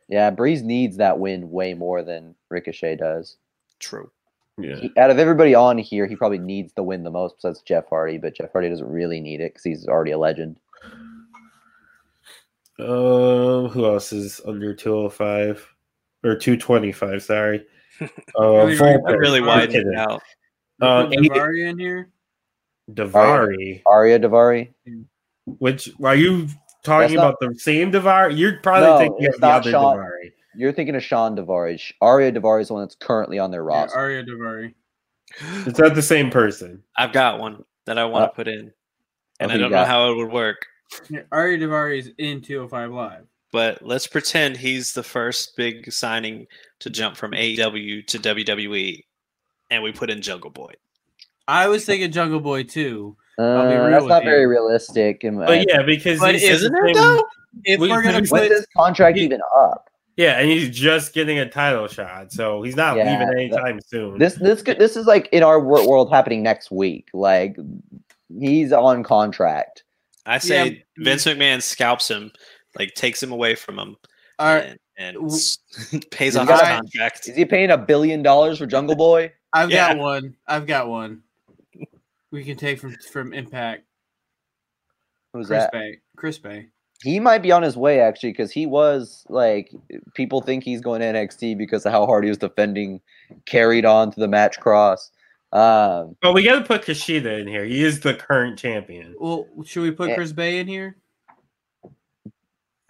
Speaker 3: Yeah, Breeze needs that win way more than Ricochet does.
Speaker 4: True.
Speaker 2: Yeah,
Speaker 3: He- out of everybody on here, he probably needs the win the most besides Jeff Hardy, but Jeff Hardy doesn't really need it because he's already a legend.
Speaker 2: Um, who else is under 205 or 225? Sorry. Uh,
Speaker 1: Really,
Speaker 2: Volpe.
Speaker 4: I really
Speaker 1: Or
Speaker 4: widened
Speaker 2: Kidding.
Speaker 4: it out.
Speaker 2: Uh,
Speaker 1: put Navari in here.
Speaker 2: Davari.
Speaker 3: Aria Davari.
Speaker 2: Which are you
Speaker 3: That's
Speaker 2: talking
Speaker 3: not-
Speaker 2: about? The same Davari? You're probably
Speaker 3: No,
Speaker 2: thinking
Speaker 3: it's
Speaker 2: of the
Speaker 3: not
Speaker 2: other
Speaker 3: Sean-
Speaker 2: Davari.
Speaker 3: You're thinking of Sean Davari. Sh- Aria Davari is the one that's currently on their
Speaker 1: Yeah,
Speaker 3: roster.
Speaker 1: Arya Davari.
Speaker 2: It's not the same person.
Speaker 4: I've got one that I want
Speaker 3: Uh,
Speaker 4: to put in, and I
Speaker 3: Okay, you
Speaker 4: don't know
Speaker 3: got-
Speaker 4: how it would work.
Speaker 1: Yeah, Arya Davari is in 205 Live.
Speaker 4: But let's pretend he's the first big signing to jump from AEW to WWE, and we put in Jungle Boy.
Speaker 1: I was thinking Jungle Boy too, I'll be
Speaker 3: Uh,
Speaker 1: real
Speaker 3: that's
Speaker 1: with
Speaker 3: not
Speaker 1: you.
Speaker 3: very realistic. And I-
Speaker 2: But yeah, because
Speaker 1: But
Speaker 2: he's
Speaker 1: if-
Speaker 2: the
Speaker 4: Isn't it
Speaker 2: same-
Speaker 4: though?
Speaker 1: If
Speaker 2: Wait,
Speaker 1: we're gonna
Speaker 2: who's
Speaker 1: put
Speaker 3: When's his contract
Speaker 2: he-
Speaker 3: even up?
Speaker 2: Yeah, and he's just getting a title shot, so he's not
Speaker 3: Yeah,
Speaker 2: leaving
Speaker 3: but-
Speaker 2: anytime soon.
Speaker 3: This this could- this is like in our wor- world happening next week. Like he's on contract.
Speaker 4: I say
Speaker 1: Yeah.
Speaker 4: Vince McMahon scalps him, like takes him away from him,
Speaker 1: All right,
Speaker 4: and, and
Speaker 1: W-
Speaker 4: s- pays
Speaker 3: You Uh,
Speaker 4: off his
Speaker 1: guys-
Speaker 4: contract.
Speaker 3: Is he paying a billion dollars for Jungle Boy?
Speaker 1: I've got
Speaker 4: Yeah.
Speaker 1: one. I've got one. We can take from from Impact.
Speaker 3: Who's
Speaker 1: Chris
Speaker 3: that?
Speaker 1: Bay. Chris Bay.
Speaker 3: He might be on his way actually because he was like people think he's going to NXT because of how hard he was defending, carried on to the match cross. Um,
Speaker 2: but we got to put Kushida in here. He is the current champion.
Speaker 1: Well, should we put
Speaker 3: Yeah.
Speaker 1: Chris Bay in here?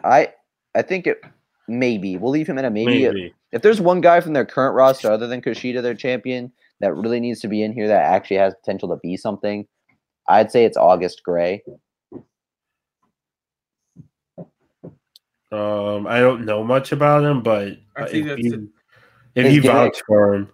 Speaker 3: I I think it maybe we'll leave him in a maybe.
Speaker 2: Maybe.
Speaker 3: If there's one guy from their current roster other than Kushida, their champion, that really needs to be in here that actually has potential to be something, I'd say it's August Gray.
Speaker 2: Um, I don't know much about him, but
Speaker 1: I
Speaker 2: uh,
Speaker 1: think
Speaker 2: if
Speaker 1: that's
Speaker 2: you, if
Speaker 3: His
Speaker 2: you
Speaker 3: gimmick.
Speaker 2: vouch for him,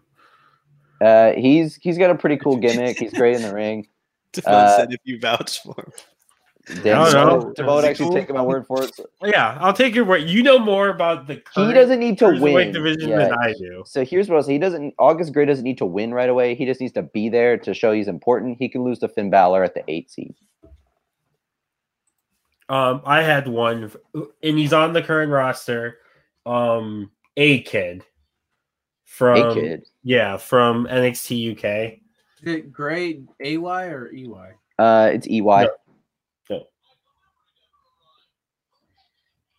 Speaker 3: Uh, he's he's got a pretty cool gimmick. He's great in the ring.
Speaker 4: Devon
Speaker 3: Uh,
Speaker 4: said if you vouch for him.
Speaker 3: Damn,
Speaker 2: I don't know.
Speaker 3: Devoe- Devoe would
Speaker 2: Is he
Speaker 3: actually
Speaker 2: cool?
Speaker 3: taking my word for it.
Speaker 2: yeah, I'll take your word. You know more about the current
Speaker 3: He doesn't need to
Speaker 2: cruiserweight
Speaker 3: win.
Speaker 2: division
Speaker 3: yet.
Speaker 2: than I do.
Speaker 3: So here's what I'll say. He doesn't August Gray doesn't need to win right away. He just needs to be there to show he's important. He can lose to Finn Balor at the eight seed.
Speaker 2: Um, I had one, and he's on the current roster. Um, a kid from
Speaker 3: Hey kid.
Speaker 2: yeah from NXT UK.
Speaker 1: Is it Gray AY or E EY?
Speaker 3: Uh it's EY.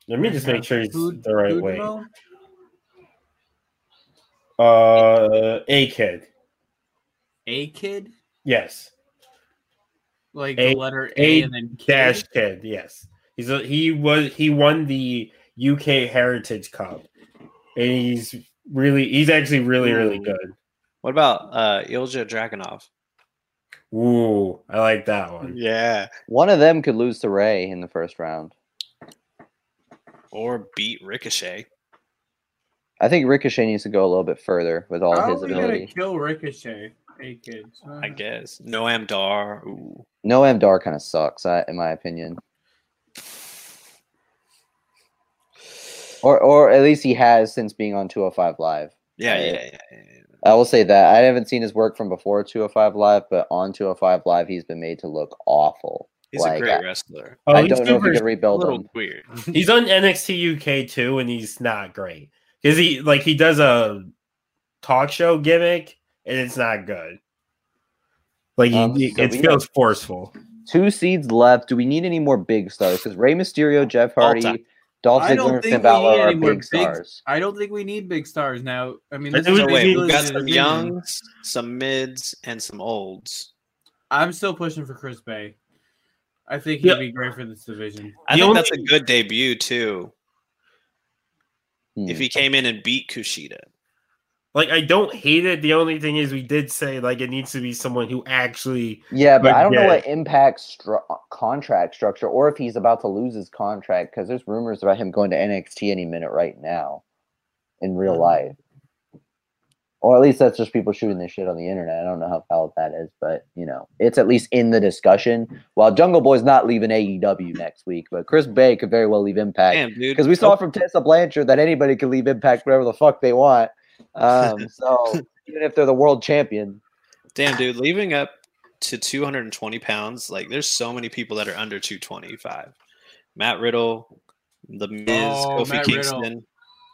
Speaker 2: Let me just make sure he's
Speaker 1: Food-
Speaker 2: the right
Speaker 1: Food
Speaker 2: way.
Speaker 1: Mo?
Speaker 2: Uh, a kid.
Speaker 1: A kid?
Speaker 2: Yes.
Speaker 1: Like
Speaker 2: A-
Speaker 1: the letter A,
Speaker 2: A
Speaker 1: and then kid?
Speaker 2: Dash Kid, yes. He's a, he was he won the UK Heritage Cup, and he's really he's actually really really good.
Speaker 4: What about uh, Ilja Dragunov?
Speaker 2: Ooh, I like that one.
Speaker 4: Yeah.
Speaker 3: One of them could lose to Ray in the first round.
Speaker 4: Or beat Ricochet.
Speaker 3: I think Ricochet needs to go a little bit further with all
Speaker 1: How
Speaker 3: his
Speaker 1: are we gonna
Speaker 3: ability.
Speaker 1: kill Ricochet? A kid. Huh?
Speaker 4: I guess. Noam Dar. Ooh.
Speaker 3: Noam Dar kind of sucks, I, in my opinion. Or or at least he has since being on 205 Live.
Speaker 4: Yeah,
Speaker 3: Yeah.
Speaker 4: yeah, yeah, yeah, yeah.
Speaker 3: I will say that I haven't seen his work from before 205 Live, but on 205 Live, he's been made to look awful.
Speaker 4: He's a
Speaker 3: Like, uh,
Speaker 4: great
Speaker 3: I-
Speaker 4: wrestler.
Speaker 2: Oh,
Speaker 3: I
Speaker 2: he's
Speaker 3: don't know if
Speaker 2: super-
Speaker 3: he can
Speaker 4: A
Speaker 3: rebuild
Speaker 4: little
Speaker 3: him.
Speaker 4: weird.
Speaker 2: he's on NXT UK too, and he's not great because he like he does a talk show gimmick, and it's not good. Like he,
Speaker 3: Um,
Speaker 2: he-
Speaker 3: so
Speaker 2: it
Speaker 3: we
Speaker 2: feels forceful.
Speaker 3: Two seeds left. Do we need any more big stars? Because Rey Mysterio, Jeff
Speaker 4: All
Speaker 3: Hardy,
Speaker 4: time.
Speaker 3: Dolph
Speaker 1: I don't
Speaker 3: Ziggler,
Speaker 1: think
Speaker 3: and Finn
Speaker 1: we need
Speaker 3: Balor are
Speaker 1: any more
Speaker 3: big
Speaker 1: big-
Speaker 3: stars.
Speaker 1: I don't think we need big stars now. I mean,
Speaker 2: I
Speaker 1: this
Speaker 2: think
Speaker 1: is
Speaker 4: So
Speaker 1: a
Speaker 2: we
Speaker 4: wait,
Speaker 2: need-
Speaker 4: we've got
Speaker 1: exclusive
Speaker 4: some
Speaker 1: division.
Speaker 4: youngs, some mids, and some olds.
Speaker 1: I'm still pushing for Chris Bay. I think he'd
Speaker 2: Yeah.
Speaker 1: be great for this division.
Speaker 4: I
Speaker 2: The
Speaker 4: think that's a
Speaker 2: only-
Speaker 4: good debut too.
Speaker 3: Hmm.
Speaker 4: If he came in and beat Kushida,
Speaker 2: Like I don't hate it. The only thing is, we did say like it needs to be someone who actually
Speaker 3: Yeah, but
Speaker 2: But
Speaker 3: I don't know
Speaker 2: yeah.
Speaker 3: what impact stru- contract structure or if he's about to lose his contract because there's rumors about him going to NXT any minute right now in real life. Or at least that's just people shooting this shit on the internet. I don't know how valid that is, but you know, it's at least in the discussion. While Jungle Boy's not leaving AEW next week, but Chris Bay could very well leave Impact
Speaker 4: damn dude,
Speaker 3: because we saw from Tessa Blanchard that anybody can leave Impact wherever the fuck they want. Um, so even if they're the world champion,
Speaker 4: Oh, damn dude, leaving up to 220 pounds. Like, there's so many people that are under 225. Matt Riddle, the Miz,
Speaker 1: Oh,
Speaker 4: Kofi
Speaker 1: Matt Riddle.
Speaker 4: Kingston.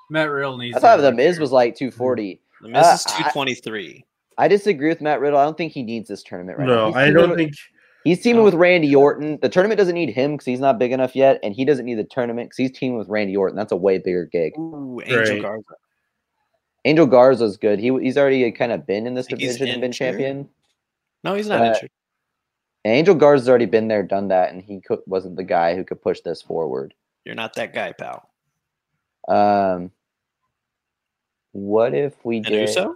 Speaker 1: Matt Riddle needs.
Speaker 3: I
Speaker 1: to
Speaker 3: thought
Speaker 1: be
Speaker 3: the
Speaker 1: back
Speaker 3: Miz
Speaker 1: there.
Speaker 3: was like 240.
Speaker 4: The Miz
Speaker 3: Uh,
Speaker 4: is
Speaker 3: I-
Speaker 4: 223.
Speaker 3: I disagree with Matt Riddle. I don't think he needs this tournament right now.
Speaker 2: no,
Speaker 3: He's
Speaker 2: I
Speaker 3: teaming
Speaker 2: don't
Speaker 3: with-
Speaker 2: think
Speaker 3: he's teaming with Randy Orton. The tournament doesn't need him because he's not big enough yet, and he doesn't need the tournament because he's teaming with Randy Orton. That's a way bigger gig.
Speaker 4: Ooh, Angel
Speaker 2: Right.
Speaker 4: Garza.
Speaker 3: Angel Garza's good. He he's already kind of been in this
Speaker 4: Think he's
Speaker 3: division and been
Speaker 4: injured?
Speaker 3: champion.
Speaker 4: No, he's not
Speaker 3: Uh,
Speaker 4: injured.
Speaker 3: And Angel Garza's already been there, done that, and he could, wasn't the guy who could push this forward.
Speaker 4: You're not that guy, pal.
Speaker 3: Um, what if we
Speaker 4: And
Speaker 3: did
Speaker 4: Uso?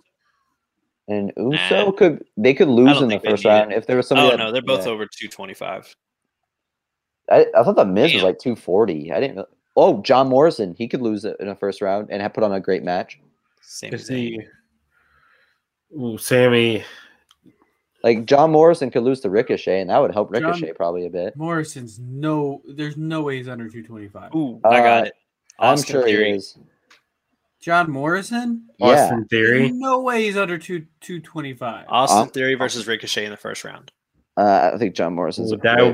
Speaker 3: and Uso
Speaker 4: Nah.
Speaker 3: could they could lose in the
Speaker 4: think they
Speaker 3: first
Speaker 4: need it.
Speaker 3: round if there was somebody?
Speaker 4: Oh
Speaker 3: that-
Speaker 4: no, they're both
Speaker 3: yeah.
Speaker 4: over 225.
Speaker 3: I, I thought the Miz was
Speaker 4: Damn.
Speaker 3: like 240. I didn't. know- Oh, John Morrison, he could lose it in a first round and have put on a great match.
Speaker 4: Same
Speaker 2: is
Speaker 4: thing.
Speaker 2: he. Ooh, Sammy.
Speaker 3: Like John Morrison could lose to Ricochet, and that would help Ricochet probably a bit.
Speaker 1: Morrison's no. There's no way he's under 225.
Speaker 4: Ooh, I got
Speaker 3: Uh,
Speaker 4: it.
Speaker 3: I'm
Speaker 4: Austin
Speaker 3: sure
Speaker 4: Theory.
Speaker 3: he is.
Speaker 1: John Morrison.
Speaker 3: Yeah,
Speaker 2: Austin
Speaker 1: There's
Speaker 2: Theory.
Speaker 1: no way he's under two 225.
Speaker 4: Austin
Speaker 3: Um,
Speaker 4: Theory versus Ricochet in the first round.
Speaker 3: uh, I think John Morrison's.
Speaker 2: Ooh,
Speaker 3: a
Speaker 2: that-
Speaker 3: great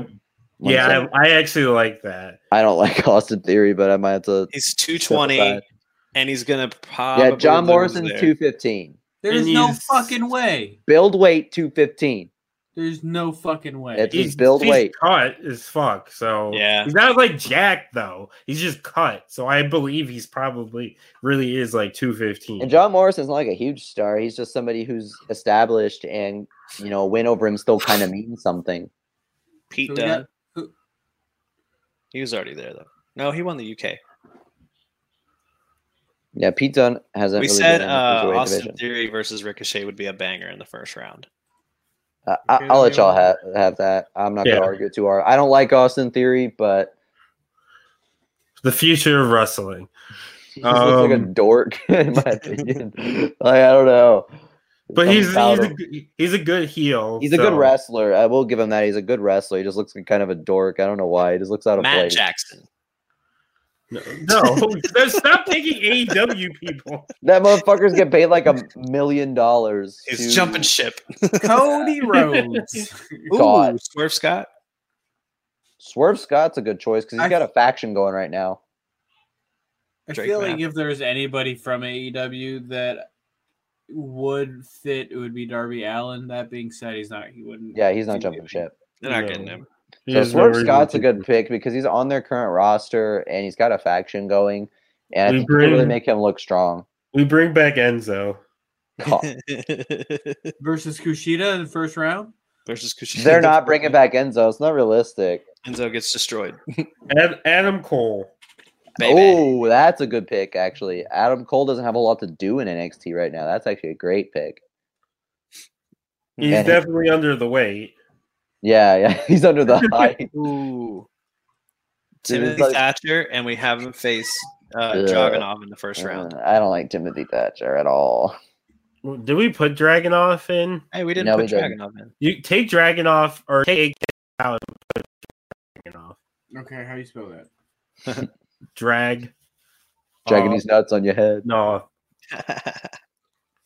Speaker 3: one
Speaker 2: yeah,
Speaker 3: sec.
Speaker 2: I, I actually like that.
Speaker 3: I don't like Austin Theory, but I might have to.
Speaker 4: He's 220,
Speaker 3: Justified.
Speaker 4: and he's gonna probably
Speaker 3: Yeah, John
Speaker 4: lose
Speaker 3: Morrison's
Speaker 4: there.
Speaker 3: 215.
Speaker 1: There's
Speaker 2: and
Speaker 1: no
Speaker 2: he's-
Speaker 1: fucking way.
Speaker 3: Build weight 215.
Speaker 1: There's no fucking way.
Speaker 3: It's- He's build weight.
Speaker 2: cut as fuck. So
Speaker 4: Yeah.
Speaker 2: he's not like Jack though. He's just cut. So I believe he's probably really is like two fifteen.
Speaker 3: And John Morrison's not like a huge star. He's just somebody who's established, and you know, a win over him still kind of means something.
Speaker 4: Pete
Speaker 1: So we
Speaker 4: Dunne.
Speaker 1: got- who-
Speaker 4: He was already there though. No, he won the UK.
Speaker 3: Yeah, Pete Dunne hasn't.
Speaker 4: we
Speaker 3: really
Speaker 4: said
Speaker 3: been in the
Speaker 4: uh,
Speaker 3: cruiserweight
Speaker 4: Austin
Speaker 3: division.
Speaker 4: Theory versus Ricochet would be a banger in the first round.
Speaker 3: Uh, I, I'll let y'all have, have that. I'm not
Speaker 2: Yeah.
Speaker 3: gonna argue it too hard. I don't like Austin Theory, but
Speaker 2: The future of wrestling.
Speaker 3: he just looks like a
Speaker 2: Um,
Speaker 3: dork in my opinion. like I don't know.
Speaker 2: But he's he's
Speaker 3: Something about
Speaker 2: a,
Speaker 3: him.
Speaker 2: g- he's a good heel.
Speaker 3: he's a
Speaker 2: so-
Speaker 3: good wrestler. I will give him that. He's a good wrestler. He just looks like kind of a dork. I don't know why. He just looks out of
Speaker 4: Matt
Speaker 3: place.
Speaker 4: Jackson.
Speaker 2: No, no, stop taking AEW people.
Speaker 3: That motherfucker's get paid like a million dollars.
Speaker 4: He's
Speaker 3: to-
Speaker 4: jumping ship.
Speaker 1: Cody Rhodes.
Speaker 3: God.
Speaker 4: Ooh, Swerve Scott.
Speaker 3: Swerve Scott's a good choice because he's
Speaker 1: I-
Speaker 3: got a faction going right now.
Speaker 1: I
Speaker 4: Drake
Speaker 1: feel like
Speaker 4: Maverick.
Speaker 1: if there's anybody from AEW that would fit, it would be Darby Allen. That being said, he's not. He wouldn't.
Speaker 3: Yeah, he's not
Speaker 1: He's
Speaker 3: jumping
Speaker 1: leaving.
Speaker 3: ship.
Speaker 4: They're not
Speaker 2: No.
Speaker 4: getting him.
Speaker 3: So Swerve Scott's a good pick because he's on their current roster and he's got a faction going, and I
Speaker 2: We
Speaker 3: think they really
Speaker 2: bring-
Speaker 3: make him look strong.
Speaker 2: We bring back Enzo.
Speaker 3: God.
Speaker 1: Versus Kushida in the first round.
Speaker 4: versus Kushida.
Speaker 3: They're not bringing back Enzo. It's not realistic.
Speaker 4: Enzo gets destroyed.
Speaker 2: Ad- Adam Cole.
Speaker 4: Baby.
Speaker 3: Oh, that's a good pick, actually. Adam Cole doesn't have a lot to do in NXT right now. That's actually a great pick.
Speaker 2: He's
Speaker 3: Yeah.
Speaker 2: definitely under the weight.
Speaker 3: Yeah, yeah. He's under the hype.
Speaker 4: Ooh.
Speaker 3: Dude, it's
Speaker 4: Timothy
Speaker 3: like-
Speaker 4: Thatcher, and we have him face uh,
Speaker 3: Yeah.
Speaker 4: Dragunov in the first round.
Speaker 3: Uh, I don't like Timothy Thatcher at all.
Speaker 2: Did we put Dragonoff in?
Speaker 4: Hey, we didn't
Speaker 3: No,
Speaker 4: put
Speaker 3: we didn't.
Speaker 4: Dragunov in.
Speaker 2: You take Dragonoff or take out and put Dragonoff.
Speaker 1: Okay, how you spell that?
Speaker 2: Drag.
Speaker 3: Dragging
Speaker 2: off.
Speaker 3: these nuts on your head.
Speaker 2: No,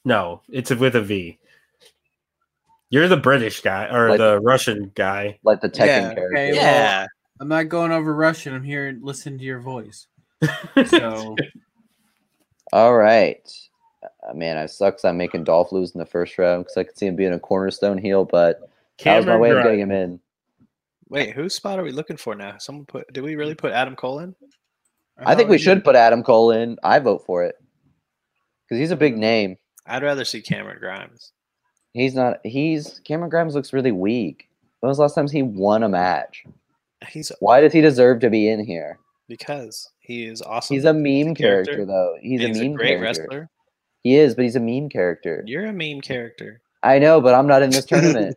Speaker 2: no, it's with a V. You're the British guy or
Speaker 3: Like-
Speaker 2: the Russian guy.
Speaker 3: Like the Tekken
Speaker 4: Yeah,
Speaker 3: character.
Speaker 1: okay.
Speaker 4: yeah.
Speaker 1: I'm not going over Russian. I'm here and listening to your voice. So
Speaker 3: All right. Uh, man, I sucks. I'm making Dolph lose in the first round because I could see him being a cornerstone heel, but that was my
Speaker 2: Cameron
Speaker 3: way of
Speaker 2: Grimes.
Speaker 3: getting him in.
Speaker 4: Wait, whose spot are we looking for now? Someone put. Did we really put Adam Cole in?
Speaker 3: I think
Speaker 1: thought
Speaker 3: we should put Adam Cole in. I vote for it because he's a big name.
Speaker 4: I'd rather see Cameron Grimes.
Speaker 3: He's not. He's Cameron Grimes looks really weak. When was the last time he won a match?
Speaker 4: He's
Speaker 3: Why does he deserve to be in here?
Speaker 4: because he is awesome.
Speaker 3: He's a meme character,
Speaker 4: character.
Speaker 3: though. He's,
Speaker 4: And
Speaker 3: a meme
Speaker 4: great
Speaker 3: character.
Speaker 4: wrestler.
Speaker 3: He is, but he's a meme character.
Speaker 4: You're a meme character.
Speaker 3: I know, but I'm not in this tournament.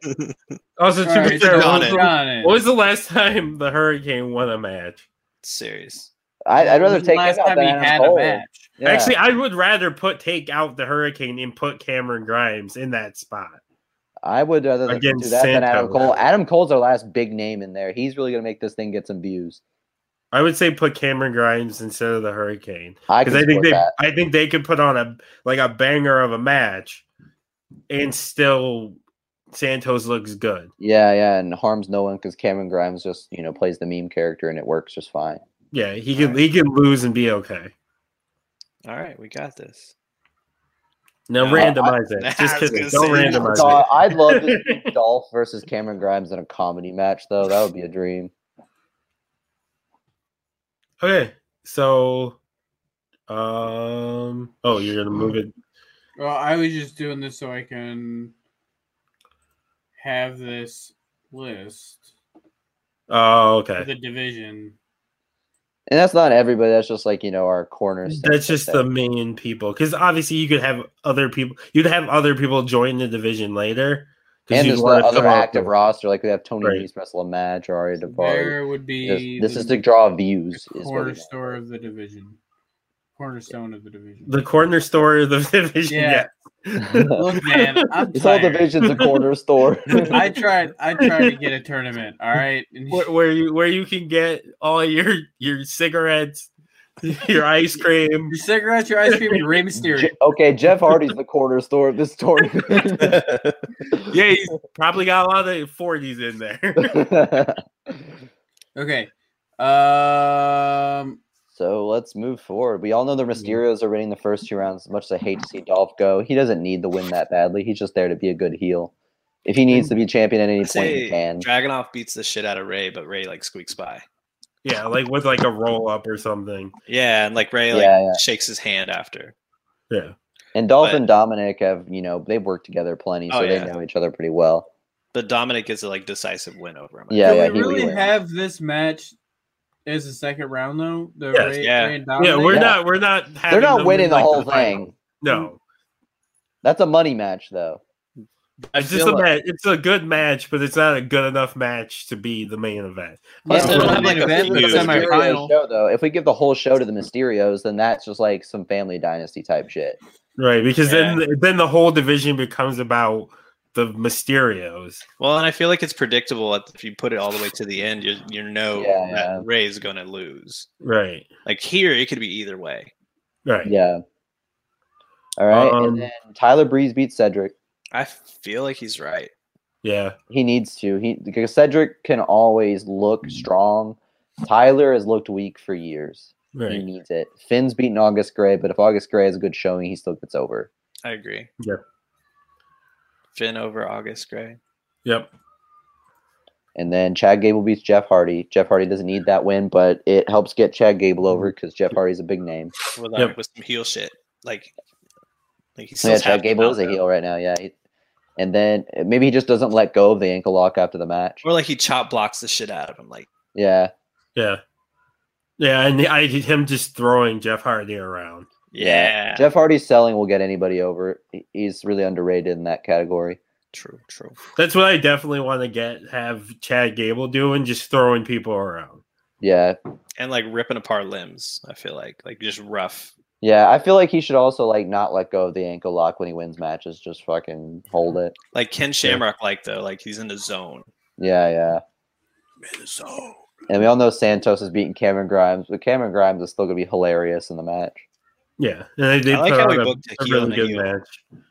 Speaker 2: Also,
Speaker 1: All
Speaker 2: to be
Speaker 1: right,
Speaker 2: fair,
Speaker 1: John
Speaker 2: what was,
Speaker 4: John it.
Speaker 2: the,
Speaker 1: John
Speaker 2: what was the last time the Hurricane won a match?
Speaker 4: Serious.
Speaker 3: I, I'd rather
Speaker 1: When's the
Speaker 3: take
Speaker 1: last
Speaker 3: him out
Speaker 1: time
Speaker 3: than
Speaker 1: he
Speaker 3: Adam
Speaker 1: had a
Speaker 3: Cole.
Speaker 1: match.
Speaker 3: Yeah.
Speaker 2: Actually, I would rather put take out the Hurricane and put Cameron Grimes in that spot.
Speaker 3: I would rather do
Speaker 2: Against
Speaker 3: that than Adam
Speaker 2: Santos.
Speaker 3: Cole. Adam Cole's our last big name in there. He's really gonna make this thing get some views.
Speaker 2: I would say put Cameron Grimes instead of the Hurricane
Speaker 3: I
Speaker 2: because I,
Speaker 3: can
Speaker 2: think
Speaker 3: think
Speaker 2: they
Speaker 3: that.
Speaker 2: I think they could put on a like a banger of a match, and still Santos looks good.
Speaker 3: Yeah, yeah, and harms no one because Cameron Grimes just you know plays the meme character and it works just fine.
Speaker 2: Yeah, he can he can lose and be okay.
Speaker 4: All right, we got this.
Speaker 2: Now
Speaker 4: No,
Speaker 2: randomize it.
Speaker 4: I
Speaker 2: Just
Speaker 4: was
Speaker 2: kidding.
Speaker 4: gonna
Speaker 2: Don't
Speaker 4: say,
Speaker 2: randomize
Speaker 3: So
Speaker 2: it.
Speaker 3: I- I'd love to see Dolph versus Cameron Grimes in a comedy match though. That would be a dream.
Speaker 2: Okay, so um, oh, you're gonna move it.
Speaker 1: Well, I was just doing this so I can have this list
Speaker 2: Oh,
Speaker 1: for
Speaker 2: okay.
Speaker 1: the division.
Speaker 3: And that's not everybody. That's just like you know our corners.
Speaker 2: That's just the main people, because obviously you could have other people. You'd have other people join the division later. 'cause
Speaker 3: and
Speaker 2: you'd
Speaker 3: there's
Speaker 2: wanna
Speaker 3: other
Speaker 2: fill out
Speaker 3: active
Speaker 2: the-
Speaker 3: roster. Like we have Tony
Speaker 2: Right.
Speaker 3: Nese wrestle a match or Ari Davari.
Speaker 1: There would
Speaker 3: This,
Speaker 1: be
Speaker 3: this
Speaker 1: the
Speaker 3: is to draw views. Is what we want.
Speaker 1: cornerstone of the division. Cornerstone of the division.
Speaker 2: the corner store of the division.
Speaker 1: Yeah.
Speaker 2: Yeah.
Speaker 1: Look, man, I'm
Speaker 3: this whole
Speaker 1: tired.
Speaker 3: division's a corner store.
Speaker 1: I tried. I tried to get a tournament. All right, and
Speaker 2: Where, where you where you can get all your your cigarettes, your ice cream.
Speaker 1: your cigarettes, your ice cream, and Rey Mysterio.
Speaker 3: Je- okay, Jeff Hardy's the corner store of this tournament.
Speaker 2: Yeah, he's probably got a lot of forties in there.
Speaker 1: Okay. Um.
Speaker 3: so let's move forward. We all know the Mysterios are winning the first two rounds. As much as I hate to see Dolph go, he doesn't need the win that badly. He's just there to be a good heel. If he needs to be champion at any
Speaker 4: I
Speaker 3: point, he
Speaker 4: say
Speaker 3: can.
Speaker 4: Dragunov beats the shit out of Ray, but Ray like squeaks by.
Speaker 2: Yeah, like with like a roll up or something.
Speaker 4: Yeah, and like Ray like
Speaker 3: Yeah, yeah.
Speaker 4: shakes his hand after.
Speaker 2: Yeah.
Speaker 3: And Dolph
Speaker 4: but-
Speaker 3: and Dominic have, you know, they've worked together plenty, so
Speaker 4: Oh,
Speaker 3: they
Speaker 4: yeah.
Speaker 3: know each other pretty well.
Speaker 4: But Dominic gets a like decisive win over him.
Speaker 3: Yeah,
Speaker 1: do
Speaker 3: yeah,
Speaker 1: we
Speaker 3: he
Speaker 1: really
Speaker 3: wins.
Speaker 1: have this match is the second round though. The
Speaker 2: Yes.
Speaker 1: Ray-
Speaker 4: Yeah.
Speaker 1: Ray and
Speaker 2: Yeah,
Speaker 1: Dominic?
Speaker 2: we're
Speaker 3: Yeah.
Speaker 2: not. We're not. Having
Speaker 3: They're not
Speaker 2: them
Speaker 3: winning
Speaker 2: in,
Speaker 3: the
Speaker 2: like,
Speaker 3: whole
Speaker 2: final.
Speaker 3: thing.
Speaker 2: No,
Speaker 3: That's a money match, though.
Speaker 4: I
Speaker 2: it's just a
Speaker 4: feel like-
Speaker 2: match. It's a good match, but it's not a good enough match to be the main event.
Speaker 1: Plus,
Speaker 2: they don't have,
Speaker 1: like,
Speaker 4: Dominic
Speaker 1: event,
Speaker 3: This is
Speaker 4: Mysterio.
Speaker 3: the
Speaker 1: semi-
Speaker 3: Mysterio
Speaker 1: semifinal.
Speaker 3: Show, though. If we give the whole show to the Mysterios, then that's just like some family dynasty type shit.
Speaker 2: Right, because then then the whole division becomes about the Mysterios.
Speaker 4: Well, and I feel like it's predictable. At, if you put it all the way to the end, you you know
Speaker 3: Yeah,
Speaker 4: that
Speaker 3: yeah.
Speaker 4: Ray's gonna lose.
Speaker 2: Right,
Speaker 4: Like here, it could be either way.
Speaker 2: right.
Speaker 3: Yeah. All right.
Speaker 2: Um,
Speaker 3: and then Tyler Breeze beats Cedric.
Speaker 4: I feel like he's right.
Speaker 2: Yeah,
Speaker 3: He needs to. He because Cedric can always
Speaker 2: Mm-hmm.
Speaker 3: look strong. Tyler has looked weak for years. He
Speaker 2: right.
Speaker 3: needs it. Finn's beaten August Gray, but if August Gray has a good showing, he still gets over.
Speaker 4: I agree.
Speaker 2: Yeah.
Speaker 4: Finn over August Gray.
Speaker 2: Yep.
Speaker 3: And then Chad Gable beats Jeff Hardy. Jeff Hardy doesn't need that win, but it helps get Chad Gable over
Speaker 2: Mm-hmm.
Speaker 3: because Jeff Hardy's a big name.
Speaker 4: With, like,
Speaker 2: Yep.
Speaker 4: with some heel shit. Like, like he's
Speaker 3: Yeah, Chad Gable is a heel right now. Yeah. He- and then uh, maybe he just doesn't let go of the ankle lock after the match.
Speaker 4: Or like he chop blocks the shit out of him. Like
Speaker 3: Yeah.
Speaker 2: Yeah. Yeah, and I him just throwing Jeff Hardy around.
Speaker 4: yeah,
Speaker 3: Jeff Hardy's selling will get anybody over. He- He's really underrated in that category.
Speaker 4: true, true.
Speaker 2: That's what I definitely want to get have Chad Gable doing, just throwing people around.
Speaker 3: Yeah.
Speaker 4: And like ripping apart limbs. I feel like like just rough.
Speaker 3: Yeah. I feel like he should also like not let go of the ankle lock when he wins matches. Just fucking hold it.
Speaker 4: Like Ken Shamrock, like though, like he's in the zone.
Speaker 3: Yeah. Yeah.
Speaker 4: zone.
Speaker 3: And we all know Santos is beating Cameron Grimes, but Cameron Grimes is still gonna be hilarious in the match.
Speaker 2: Yeah, and they, they
Speaker 4: I like
Speaker 2: put
Speaker 4: how
Speaker 2: on
Speaker 4: we
Speaker 2: a,
Speaker 4: booked a
Speaker 2: a
Speaker 4: heel
Speaker 2: really
Speaker 4: and a
Speaker 2: good
Speaker 4: heel.
Speaker 2: match.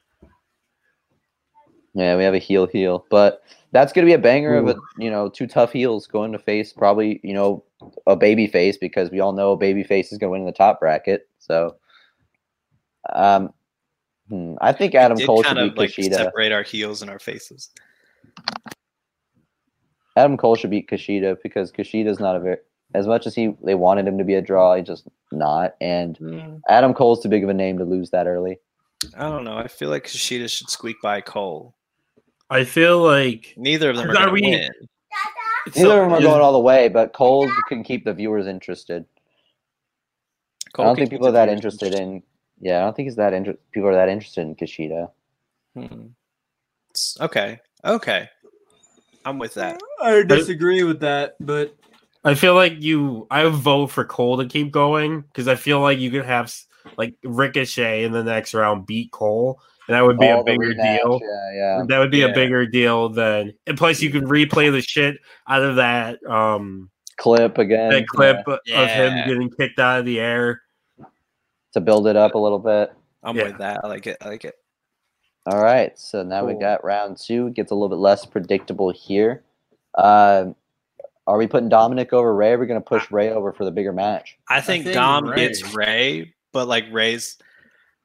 Speaker 3: Yeah, we have a heel heel, but that's gonna be a banger of a you know two tough heels going to face probably you know a baby face because we all know a baby face is gonna win in the top bracket. So, um, hmm, I think Adam
Speaker 4: Did
Speaker 3: Cole should
Speaker 4: kind
Speaker 3: beat
Speaker 4: of like
Speaker 3: Kushida.
Speaker 4: separate our heels and our faces.
Speaker 3: Adam Cole should beat Kushida because Kushida's not a very as much as he they wanted him to be a draw, he's just not. And
Speaker 4: Mm.
Speaker 3: Adam Cole's too big of a name to lose that early.
Speaker 4: I don't know. I feel like Kushida should squeak by Cole.
Speaker 2: I feel like
Speaker 4: Neither of them are,
Speaker 2: Are
Speaker 4: going to
Speaker 2: we-
Speaker 4: win.
Speaker 3: Neither of them are
Speaker 2: is-
Speaker 3: going all the way, but Cole can keep the viewers interested.
Speaker 4: Cole
Speaker 3: I don't
Speaker 4: can
Speaker 3: think
Speaker 4: keep
Speaker 3: people are
Speaker 4: the
Speaker 3: that
Speaker 4: viewers
Speaker 3: interested in. Yeah, I don't think he's that inter- people are that interested in Kushida.
Speaker 4: Hmm. It's- Okay. Okay. I'm with that.
Speaker 1: I disagree with that, but
Speaker 2: I feel like you. I would vote for Cole to keep going because I feel like you could have s- like Ricochet in the next round beat Cole, and that would be
Speaker 3: All
Speaker 2: a
Speaker 3: the
Speaker 2: bigger
Speaker 3: rematch,
Speaker 2: deal.
Speaker 3: Yeah, yeah.
Speaker 2: That would be
Speaker 4: Yeah.
Speaker 2: a bigger deal than. And plus, you could replay the shit out of that um
Speaker 3: Clip again
Speaker 2: that clip
Speaker 3: uh,
Speaker 2: of
Speaker 4: Yeah.
Speaker 2: him getting kicked out of the air.
Speaker 3: to build it up a little bit.
Speaker 4: I'm
Speaker 2: Yeah.
Speaker 4: with that. I like it. I like it.
Speaker 3: All right, so now we
Speaker 4: Cool.
Speaker 3: got round two. It gets a little bit less predictable here. Um, are we putting Dominic over Ray? Or are we going to push Ray over for the bigger match?
Speaker 4: I think,
Speaker 1: think
Speaker 4: Dom
Speaker 1: Ray-
Speaker 4: gets Ray, but like Ray's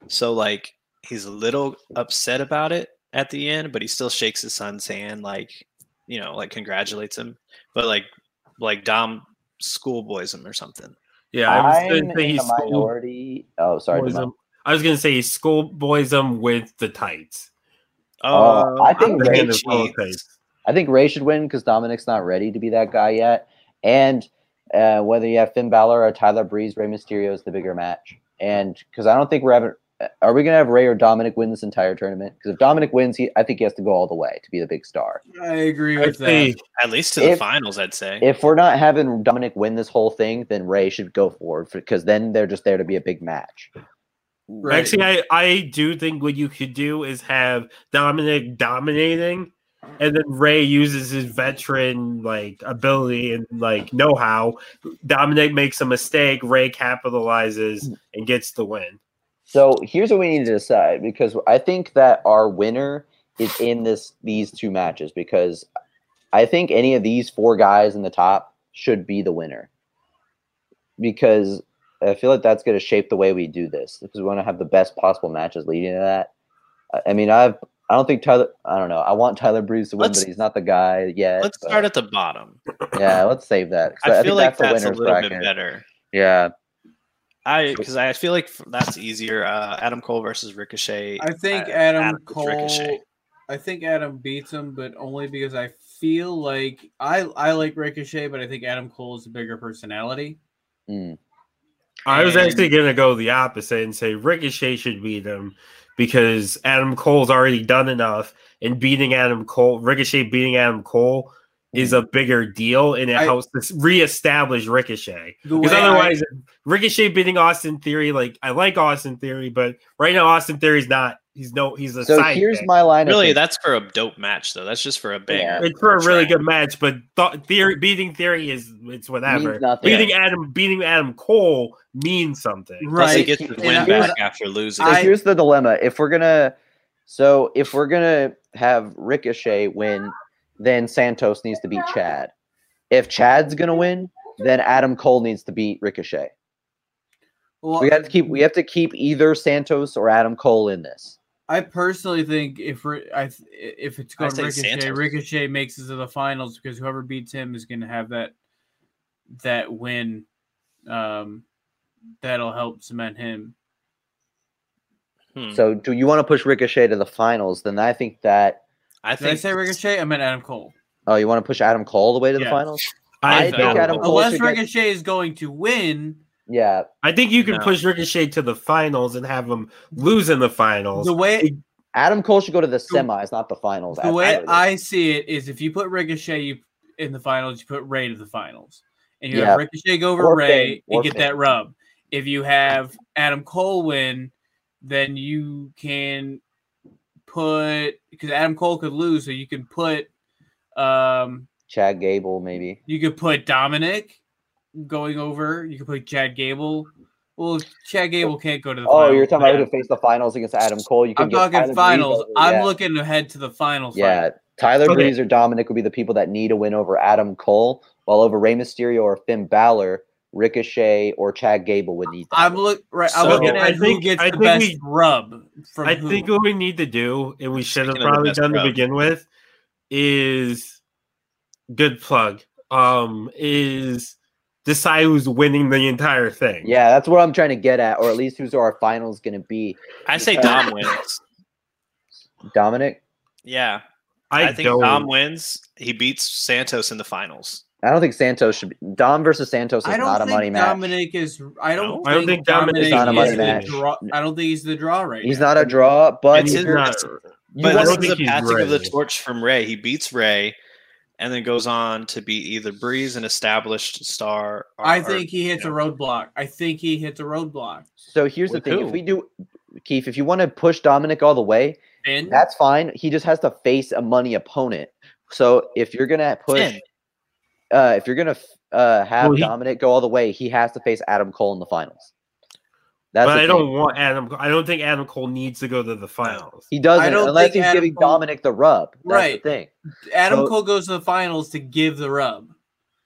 Speaker 4: so like he's a little upset about it at the end, but he still shakes his son's hand, like you know, like congratulates him. But like like Dom schoolboys him or something.
Speaker 2: Yeah, I was
Speaker 3: I'm
Speaker 2: gonna say
Speaker 3: in
Speaker 2: he
Speaker 3: the
Speaker 2: schoolboys
Speaker 3: minority. Oh, sorry. Demo.
Speaker 2: him. I was gonna say he schoolboys him with the tights.
Speaker 3: Oh, I think
Speaker 4: I'm
Speaker 3: Ray
Speaker 4: with
Speaker 2: is
Speaker 4: Cheeks.
Speaker 2: well paced.
Speaker 3: I think Ray should win because Dominic's not ready to be that guy yet. And uh, whether you have Finn Balor or Tyler Breeze, Ray Mysterio is the bigger match. And because I don't think we're having, uh, are we going to have Ray or Dominic win this entire tournament? Because if Dominic wins, he, I think he has to go all the way to be the big star.
Speaker 1: I agree
Speaker 2: I'd
Speaker 1: with
Speaker 3: uh,
Speaker 2: say
Speaker 1: that.
Speaker 4: At least to the
Speaker 3: If-
Speaker 4: finals, I'd say.
Speaker 3: If we're not having Dominic win this whole thing, then Ray should go forward because then they're just there to be a big match.
Speaker 1: Right.
Speaker 2: Actually, I, I do think what you could do is have Dominic dominating, and then Ray uses his veteran like ability and like know how. Dominic makes a mistake, Ray capitalizes and gets the win.
Speaker 3: So here's what we need to decide because I think that our winner is in this these two matches because I think any of these four guys in the top should be the winner because I feel like that's going to shape the way we do this because we want to have the best possible matches leading to that. I- I mean, I've I don't think Tyler. I don't know. I want Tyler Breeze to win,
Speaker 4: Let's-
Speaker 3: but he's not the guy yet.
Speaker 4: Let's
Speaker 3: but-
Speaker 4: start at the bottom.
Speaker 3: yeah, let's save that. 'cause
Speaker 4: I, feel like
Speaker 3: the
Speaker 4: that's a
Speaker 3: winner's
Speaker 4: little bit
Speaker 3: bracket.
Speaker 4: better.
Speaker 3: Yeah,
Speaker 4: I because I feel like f- that's easier. Uh, Adam Cole versus Ricochet.
Speaker 1: I think
Speaker 4: uh,
Speaker 1: Adam
Speaker 4: Adam with
Speaker 1: Cole.
Speaker 4: Ricochet.
Speaker 1: I think Adam beats him, but only because I feel like I I like Ricochet, but I think Adam Cole is a bigger personality.
Speaker 3: Mm.
Speaker 2: I was
Speaker 1: And-
Speaker 2: actually going to go the opposite and say Ricochet should beat him because Adam Cole's already done enough, and beating Adam Cole, Ricochet beating Adam Cole is a bigger deal, and it
Speaker 1: I-
Speaker 2: helps to reestablish Ricochet.
Speaker 1: The way
Speaker 2: Because
Speaker 1: I-
Speaker 2: otherwise, Ricochet beating Austin Theory, like I like Austin Theory, but right now Austin Theory's not. He's no. He's a
Speaker 3: So
Speaker 2: side.
Speaker 3: here's
Speaker 2: pick.
Speaker 3: my line.
Speaker 4: Really,
Speaker 3: of
Speaker 4: that's for a dope match, though. That's just for a banger.
Speaker 2: It's for a really
Speaker 4: Trash.
Speaker 2: good match, but th- theory beating Theory is it's whatever.
Speaker 3: nothing.
Speaker 2: Beating Adam beating Adam Cole means something.
Speaker 4: Plus, he
Speaker 1: Right.
Speaker 4: gets his
Speaker 3: And
Speaker 4: win
Speaker 3: I-
Speaker 4: back after losing.
Speaker 3: so
Speaker 1: I-
Speaker 3: here's the dilemma. If we're gonna, so if we're gonna have Ricochet win, then Santos needs to beat Chad. If Chad's gonna win, then Adam Cole needs to beat Ricochet.
Speaker 1: Well,
Speaker 3: We have to keep. We have to keep either Santos or Adam Cole in this.
Speaker 1: I personally think if Ri- I th- if it's
Speaker 4: I
Speaker 1: going
Speaker 4: say
Speaker 1: Ricochet,
Speaker 4: Santos.
Speaker 1: Ricochet makes it to the finals because whoever beats him is going to have that that win. Um, that'll help cement him.
Speaker 4: Hmm.
Speaker 3: So, do you want to push Ricochet to the finals? Then I think that.
Speaker 4: I
Speaker 1: Did I
Speaker 4: think
Speaker 1: say Ricochet? I meant Adam Cole.
Speaker 3: Oh, you want to push Adam Cole all the way to the
Speaker 1: Yeah.
Speaker 3: finals?
Speaker 2: I,
Speaker 3: I
Speaker 2: think
Speaker 3: think Adam Cole-
Speaker 1: Unless
Speaker 3: should get-
Speaker 1: Ricochet is going to win,
Speaker 3: Yeah.
Speaker 2: I think you can
Speaker 4: No.
Speaker 2: push Ricochet to the finals and have him lose in the finals.
Speaker 1: the way
Speaker 3: Adam Cole should go to the semis, not the finals.
Speaker 1: the way
Speaker 3: absolutely.
Speaker 1: I see it is, if you put Ricochet you, in the finals, you put Ray to the finals, and you
Speaker 3: Yeah.
Speaker 1: have Ricochet go over
Speaker 3: Or
Speaker 1: Ray
Speaker 3: Finn, or
Speaker 1: and get
Speaker 3: Finn.
Speaker 1: that rub. If you have Adam Cole win, then you can put because Adam Cole could lose, so you can put um
Speaker 3: Chad Gable, maybe.
Speaker 1: you could put Dominic going over. You could put Chad Gable. Well, Chad Gable can't go to the.
Speaker 3: Oh, you're
Speaker 1: finals,
Speaker 3: talking about who
Speaker 1: but
Speaker 3: to face the finals against Adam Cole. You can
Speaker 1: I'm
Speaker 3: get Tyler
Speaker 1: talking
Speaker 3: Breeze
Speaker 1: finals.
Speaker 3: over-
Speaker 1: I'm
Speaker 3: yeah.
Speaker 1: looking ahead to the finals.
Speaker 3: Yeah, Tyler
Speaker 2: Okay.
Speaker 3: Breeze or Dominic would be the people that need a win over Adam Cole, while over Rey Mysterio or Finn Balor, Ricochet or Chad Gable would need that.
Speaker 1: I'm look right. I'm
Speaker 4: So-
Speaker 1: looking at
Speaker 2: I
Speaker 1: who
Speaker 2: think-
Speaker 1: gets
Speaker 2: I
Speaker 1: the
Speaker 2: think
Speaker 1: best
Speaker 2: we-
Speaker 1: rub from
Speaker 2: I
Speaker 1: who.
Speaker 2: think what we need to do, and we should have
Speaker 4: Speaking of the
Speaker 2: probably
Speaker 4: best
Speaker 2: done to
Speaker 4: crowd.
Speaker 2: begin with, is good plug. Um, is decide who's winning the entire thing.
Speaker 3: yeah, that's what I'm trying to get at, or at least who's our finals going to be.
Speaker 4: I say Dom wins.
Speaker 3: Dominic,
Speaker 4: Yeah,
Speaker 2: I,
Speaker 4: I, think
Speaker 2: don't.
Speaker 4: Dom wins. He beats Santos in the finals.
Speaker 3: I don't think Santos should. Be, Dom versus Santos is
Speaker 1: I don't
Speaker 3: not a
Speaker 1: think
Speaker 3: money match.
Speaker 1: Dominic is. I don't.
Speaker 4: No?
Speaker 1: Think
Speaker 2: I don't think Dominic
Speaker 1: Dominic
Speaker 3: is not a money
Speaker 1: the
Speaker 3: match.
Speaker 1: Draw, I don't think he's the draw right
Speaker 3: He's
Speaker 1: now.
Speaker 3: not a draw, but
Speaker 4: It's
Speaker 3: you
Speaker 4: his-
Speaker 3: want-
Speaker 2: not,
Speaker 3: you
Speaker 4: But
Speaker 2: I don't
Speaker 4: this
Speaker 3: want-
Speaker 4: is a
Speaker 2: think he's
Speaker 4: passing of the
Speaker 2: ready.
Speaker 4: torch from Ray. He beats Ray, and then goes on to be either Breeze, an established star. or-
Speaker 1: I
Speaker 4: or-
Speaker 1: think he hits a
Speaker 4: yeah.
Speaker 1: roadblock. I think he hits a roadblock.
Speaker 3: so here's the
Speaker 4: With
Speaker 3: thing:
Speaker 4: who?
Speaker 3: if we do, Keith, if you want to push Dominic all the way,
Speaker 1: Finn.
Speaker 3: That's fine. He just has to face a money opponent. So if you're gonna push,
Speaker 4: Finn.
Speaker 3: uh, if you're gonna uh, have
Speaker 2: Well, he-
Speaker 3: Dominic go all the way, he has to face Adam Cole in the finals. That's
Speaker 2: but
Speaker 3: the
Speaker 2: I
Speaker 3: thing.
Speaker 2: don't want Adam. I don't think Adam Cole needs to go to the finals.
Speaker 3: He doesn't
Speaker 1: I don't
Speaker 3: unless
Speaker 1: think
Speaker 3: he's
Speaker 1: Adam
Speaker 3: giving
Speaker 1: Cole-
Speaker 3: Dominic the rub. That's
Speaker 1: Right.
Speaker 3: the thing.
Speaker 1: Adam
Speaker 3: so-
Speaker 1: Cole goes to the finals to give the rub.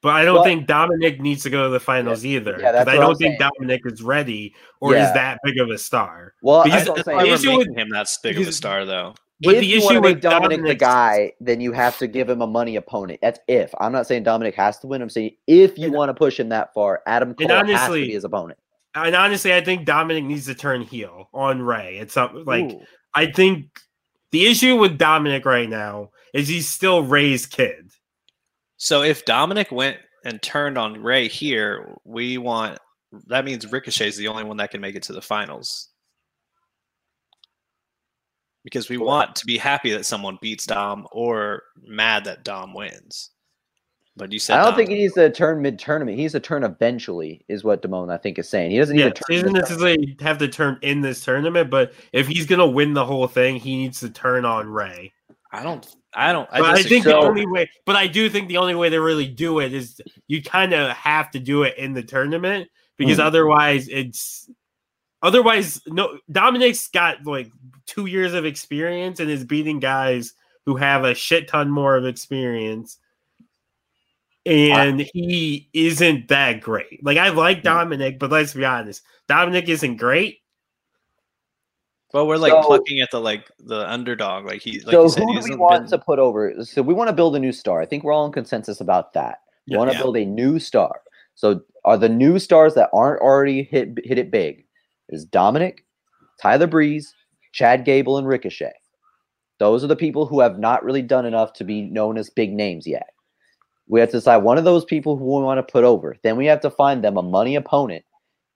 Speaker 2: But I don't
Speaker 3: But-
Speaker 2: think Dominic needs to go to the finals either.
Speaker 3: yeah, that's
Speaker 2: 'cause I
Speaker 3: what I'm
Speaker 2: don't think Dominic is ready or
Speaker 3: Yeah.
Speaker 2: is that big of a star.
Speaker 3: Well,
Speaker 2: But
Speaker 3: that's
Speaker 2: he's-
Speaker 3: what
Speaker 4: That's
Speaker 3: I'm
Speaker 4: why
Speaker 3: saying.
Speaker 4: we're
Speaker 2: The issue
Speaker 4: making
Speaker 2: with-
Speaker 4: him that big of a
Speaker 2: he's-
Speaker 4: star, though.
Speaker 2: But
Speaker 3: if
Speaker 2: the
Speaker 3: you wanna
Speaker 2: issue
Speaker 3: make
Speaker 2: with
Speaker 3: Dominic the
Speaker 2: Dominic-
Speaker 3: guy, then you have to give him a money opponent. That's if. I'm not saying Dominic has to win. I'm saying if you want to push him that far, Adam Cole has to
Speaker 2: honestly,
Speaker 3: be his opponent.
Speaker 2: and honestly, I think Dominic needs to turn heel on Ray. It's not like I think the issue with Dominic right now is he's still Ray's kid.
Speaker 4: So if Dominic went and turned on Ray here, we want that means Ricochet's the only one that can make it to the finals. Because we want to be happy that someone beats Dom or mad that Dom wins. But you said
Speaker 3: I don't
Speaker 4: Dom.
Speaker 3: think he needs to turn mid tournament. He needs to turn eventually, is what Damone I think is saying. He doesn't need
Speaker 2: Yeah,
Speaker 3: to
Speaker 2: he doesn't
Speaker 3: turn. mid-tournament.
Speaker 2: necessarily have to turn in this tournament, but if he's gonna win the whole thing, he needs to turn on Ray.
Speaker 4: I don't. I don't. I,
Speaker 2: But I,
Speaker 4: disagree.
Speaker 2: think the
Speaker 3: so.
Speaker 2: only way, but I do think the only way to really do it is you kind of have to do it in the tournament because
Speaker 3: Hmm.
Speaker 2: otherwise it's otherwise no. Dominic's got like two years of experience and is beating guys who have a shit ton more of experience. And he isn't that great. Like I like Dominic, but let's be honest, Dominic isn't great.
Speaker 4: Well, we're like
Speaker 3: So-
Speaker 4: plucking at the like the underdog. Like he. Like
Speaker 3: so
Speaker 4: you said, he
Speaker 3: who do we
Speaker 4: hasn't
Speaker 3: want
Speaker 4: been-
Speaker 3: to put over? So we want to build a new star. I think we're all in consensus about that. We
Speaker 2: Yeah.
Speaker 3: want to
Speaker 4: Yeah.
Speaker 3: build a new star. So are the new stars that aren't already hit hit it big is Dominic, Tyler Breeze, Chad Gable, and Ricochet. Those are the people who have not really done enough to be known as big names yet. We have to decide one of those people who we want to put over. Then we have to find them a money opponent.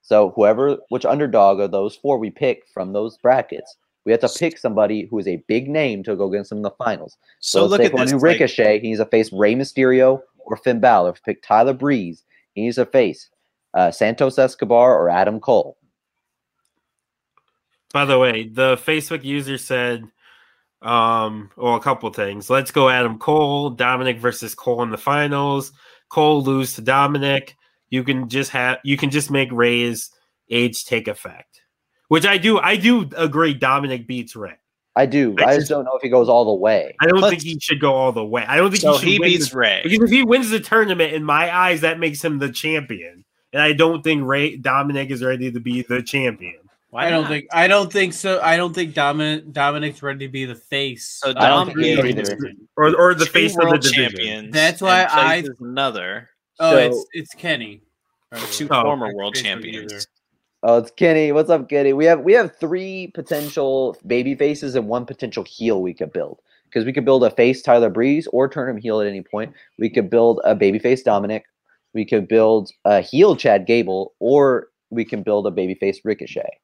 Speaker 3: So whoever, which underdog of those four we pick from those brackets, we have to pick somebody who is a big name to go against them in the finals.
Speaker 4: So,
Speaker 3: let's
Speaker 4: look
Speaker 3: take
Speaker 4: at
Speaker 3: one
Speaker 4: this.
Speaker 3: who
Speaker 4: like-
Speaker 3: Ricochet. He needs to face Rey Mysterio or Finn Balor. Pick Tyler Breeze. He needs to face uh, Santos Escobar or Adam Cole.
Speaker 2: By the way, the Facebook user said, um, well, a couple things. Let's go Adam Cole, Dominic versus Cole in the finals. Cole lose to Dominic. You can just have you can just make Ray's age take effect. Which I do I do agree Dominic beats Ray.
Speaker 3: I do.
Speaker 2: I
Speaker 3: I
Speaker 2: just-
Speaker 3: just don't know if he goes all the way.
Speaker 2: I don't
Speaker 4: Plus-
Speaker 2: think he should go all the way. I don't think
Speaker 4: so
Speaker 2: he should
Speaker 4: he
Speaker 2: win
Speaker 4: beats
Speaker 2: the-
Speaker 4: Ray.
Speaker 2: because if he wins the tournament, in my eyes, that makes him the champion. And I don't think Ray Dominic is ready to be the champion.
Speaker 4: Why
Speaker 1: I don't
Speaker 4: not?
Speaker 1: think I don't think so. I don't think Dominic Dominic's ready to be the face.
Speaker 4: So
Speaker 1: of
Speaker 3: I don't think
Speaker 1: the
Speaker 3: he is
Speaker 1: division.
Speaker 3: either.
Speaker 2: Or or the
Speaker 4: Two
Speaker 2: face of the
Speaker 4: world
Speaker 2: division.
Speaker 4: champions.
Speaker 1: That's why
Speaker 4: and
Speaker 1: I-
Speaker 4: faces another
Speaker 1: Oh,
Speaker 3: So-
Speaker 1: it's it's Kenny.
Speaker 4: two
Speaker 2: Oh,
Speaker 4: former
Speaker 1: okay.
Speaker 4: world
Speaker 1: Facebook
Speaker 4: champions.
Speaker 1: user.
Speaker 3: Oh, it's Kenny. What's up, Kenny? We have we have three potential baby faces and one potential heel we could build. Because we could build a face Tyler Breeze or turn him heel at any point. We could build a baby face Dominic. We could build a heel Chad Gable, or we can build a baby face Ricochet.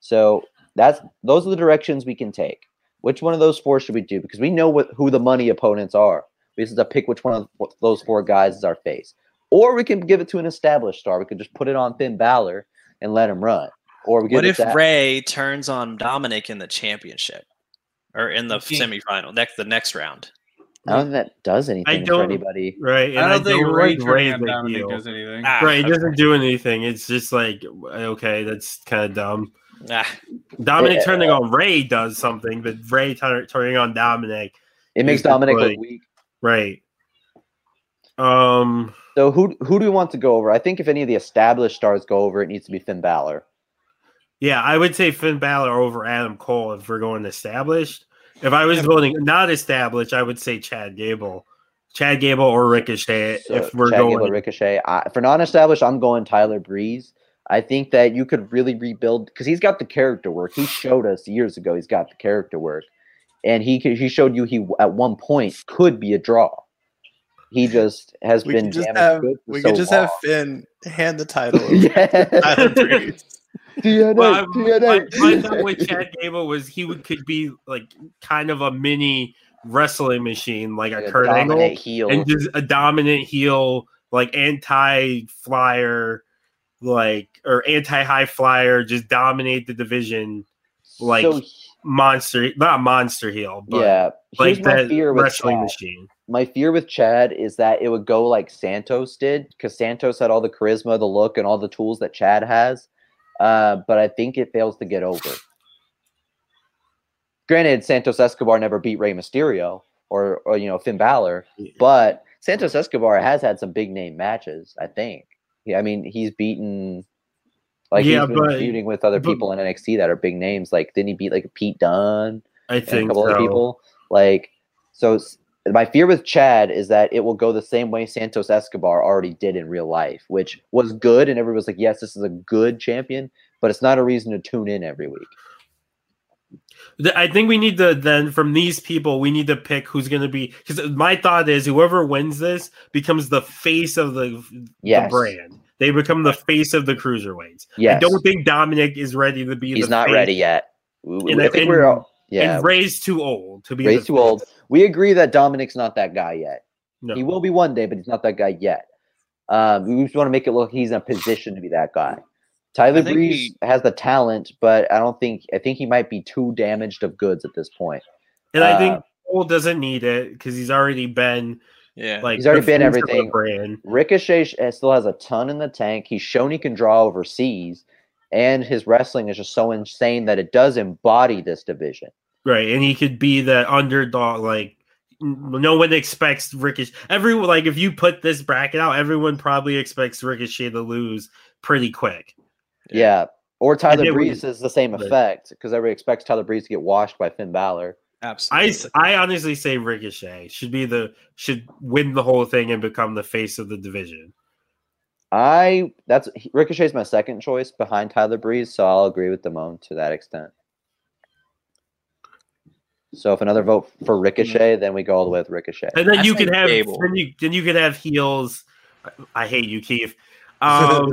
Speaker 3: So that's those are the directions we can take. Which one of those four should we do? Because we know what who the money opponents are. We just have to pick which one of th- those four guys is our face. Or we can give it to an established star. We could just put it on Finn Balor and let him run. Or we give
Speaker 4: What
Speaker 3: it
Speaker 4: if
Speaker 3: to-
Speaker 4: Ray turns on Dominic in the championship or in the
Speaker 1: Okay.
Speaker 4: semifinal, next the next round?
Speaker 3: I don't think that does anything for
Speaker 2: don't-
Speaker 3: anybody.
Speaker 2: Right.
Speaker 1: I don't think Ray
Speaker 2: like
Speaker 1: turning
Speaker 2: as
Speaker 1: on
Speaker 2: a
Speaker 1: Dominic
Speaker 2: heel.
Speaker 1: does anything.
Speaker 4: Ah,
Speaker 2: Right, it
Speaker 4: okay.
Speaker 2: doesn't do anything. It's just like okay, that's kind of dumb.
Speaker 4: Ah,
Speaker 2: Dominic
Speaker 3: Yeah.
Speaker 2: turning on Ray does something, but Ray tur- turning on Dominic,
Speaker 3: It makes
Speaker 2: He's
Speaker 3: Dominic
Speaker 2: like-
Speaker 3: look weak.
Speaker 2: right? Um,
Speaker 3: So who who do we want to go over? I think if any of the established stars go over, it needs to be Finn Balor.
Speaker 2: Yeah, I would say Finn Balor over Adam Cole if we're going established. If I was voting not established, I would say Chad Gable, Chad Gable or Ricochet.
Speaker 3: So
Speaker 2: if we're
Speaker 3: Chad
Speaker 2: going,
Speaker 3: Gable, Ricochet. I, for non-established, I'm going Tyler Breeze. I think that you could really rebuild because he's got the character work. He showed us years ago he's got the character work, and he could- he showed you he at one point could be a draw. He just has
Speaker 5: We
Speaker 3: been
Speaker 5: could just
Speaker 3: damaged
Speaker 5: have
Speaker 3: good for
Speaker 5: we
Speaker 3: so
Speaker 5: could just have
Speaker 3: long.
Speaker 5: Finn hand the title. over to
Speaker 3: yeah.
Speaker 5: Tyler Breeze.
Speaker 3: DNA,
Speaker 2: Well, I- my,
Speaker 3: DNA.
Speaker 2: my thought with Chad Gable was he would, could be like kind of a mini wrestling machine, like a
Speaker 3: Like a
Speaker 2: Kurt
Speaker 3: dominant
Speaker 2: Angle,
Speaker 3: heel.
Speaker 2: and just a dominant heel, like anti-flyer, like or anti-high flyer, just dominate the division. like,
Speaker 3: so,
Speaker 2: monster, not monster heel, but
Speaker 3: yeah,
Speaker 2: like
Speaker 3: here's my
Speaker 2: that
Speaker 3: fear with
Speaker 2: wrestling
Speaker 3: Chad.
Speaker 2: machine.
Speaker 3: My fear with Chad is that it would go like Santos did, because Santos had all the charisma, the look, and all the tools that Chad has. Uh, but I think it fails to get over. Granted, Santos Escobar never beat Rey Mysterio or, or you know Finn Balor, but Santos Escobar has had some big name matches. I think. Yeah, I mean he's beaten. Like
Speaker 2: Yeah,
Speaker 3: he's been
Speaker 2: but-
Speaker 3: feuding with other
Speaker 2: but-
Speaker 3: people in NXT that are big names. Like didn't he beat like Pete Dunne?
Speaker 2: I
Speaker 3: and a
Speaker 2: think
Speaker 3: couple other
Speaker 2: so.
Speaker 3: people. Like, so s- my fear with Chad is that it will go the same way Santos Escobar already did in real life, which was good, and everybody was like, "Yes, this is a good champion," but it's not a reason to tune in every week.
Speaker 2: Th- I think we need to then from these people we need to pick who's going to be because my thought is whoever wins this becomes the face of the,
Speaker 3: Yes,
Speaker 2: the brand. They become the face of the cruiserweights.
Speaker 3: yes,
Speaker 2: I don't think Dominic is ready to be.
Speaker 3: he's
Speaker 2: the
Speaker 3: not
Speaker 2: face,
Speaker 3: ready yet. W- w-
Speaker 2: And
Speaker 3: I
Speaker 2: I-
Speaker 3: think
Speaker 2: and-
Speaker 3: we're all, yeah,
Speaker 2: And Ray's too old to be.
Speaker 3: Ray's
Speaker 2: the
Speaker 3: too
Speaker 2: face.
Speaker 3: old. we agree that Dominic's not that guy yet.
Speaker 2: No.
Speaker 3: He will be one day, but he's not that guy yet. Um, we just want to make it look he's in a position to be that guy. Tyler
Speaker 4: I think
Speaker 3: Breeze
Speaker 4: he-
Speaker 3: has the talent, but I don't think I think he might be too damaged of goods at this point.
Speaker 2: and I think
Speaker 3: uh,
Speaker 2: Cole doesn't need it because he's already been
Speaker 4: yeah.
Speaker 2: like
Speaker 3: He's already
Speaker 2: the
Speaker 3: been
Speaker 2: face of the
Speaker 3: everything.
Speaker 2: brand.
Speaker 3: Ricochet sh- has- still has a ton in the tank. He's shown he can draw overseas, and his wrestling is just so insane that it does embody this division.
Speaker 2: Right, and he could be the underdog. Like n- no one expects Ricochet. Everyone, like if you put this bracket out, everyone probably expects Ricochet to lose pretty quick.
Speaker 3: Yeah. Or Tyler
Speaker 2: then we-
Speaker 3: Breeze is the same
Speaker 2: Right.
Speaker 3: effect because everybody expects Tyler Breeze to get washed by Finn Balor.
Speaker 2: I,
Speaker 4: Absolutely.
Speaker 2: s- I honestly say Ricochet should be the should win the whole thing and become the face of the division.
Speaker 3: I that's he- Ricochet's my second choice behind Tyler Breeze, so I'll agree with Damone to that extent. So if another vote for Ricochet, then we go all the way with Ricochet.
Speaker 2: And then
Speaker 4: I
Speaker 2: you can
Speaker 4: think
Speaker 2: have
Speaker 4: Gable.
Speaker 2: then you then you can have heels. I hate you, Keith. Um,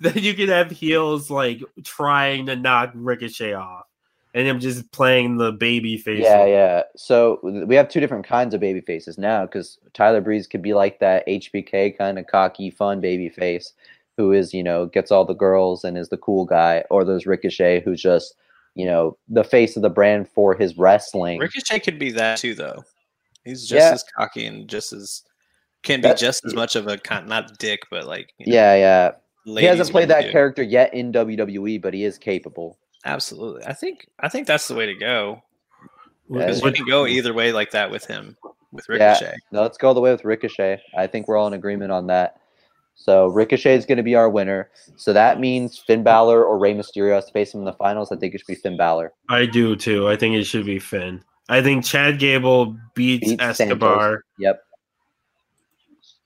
Speaker 2: then you can have heels like trying to knock Ricochet off, and him just playing the baby face.
Speaker 3: Yeah, yeah. So th- we have two different kinds of baby faces now because Tyler Breeze could be like that HBK kind of cocky, fun baby face who is, you know, gets all the girls and is the cool guy, or there's Ricochet who's just, you know, the face of the brand for his wrestling.
Speaker 4: Ricochet could be that too, though. He's just
Speaker 3: Yeah.
Speaker 4: as cocky and just as can be
Speaker 3: That's-
Speaker 4: just as much of a con- not dick, but like you know,
Speaker 3: yeah, yeah. He
Speaker 4: ladies
Speaker 3: hasn't played
Speaker 4: man,
Speaker 3: that
Speaker 4: dude.
Speaker 3: character yet in WWE, but he is capable.
Speaker 4: Absolutely, I think I think that's the way to go.
Speaker 3: Yeah,
Speaker 2: With-
Speaker 4: 'Cause you
Speaker 2: with-
Speaker 4: can go either way like that with him with
Speaker 3: Yeah.
Speaker 4: Ricochet.
Speaker 3: No, let's go all the way with Ricochet. I think we're all in agreement on that. So Ricochet is going to be our winner. So that means Finn Balor or Rey Mysterio has to face him in the finals. I think it should be Finn Balor.
Speaker 2: I do too. I think it should be Finn. I think Chad Gable beats,
Speaker 3: Beats Santos.
Speaker 2: Escobar.
Speaker 3: Yep.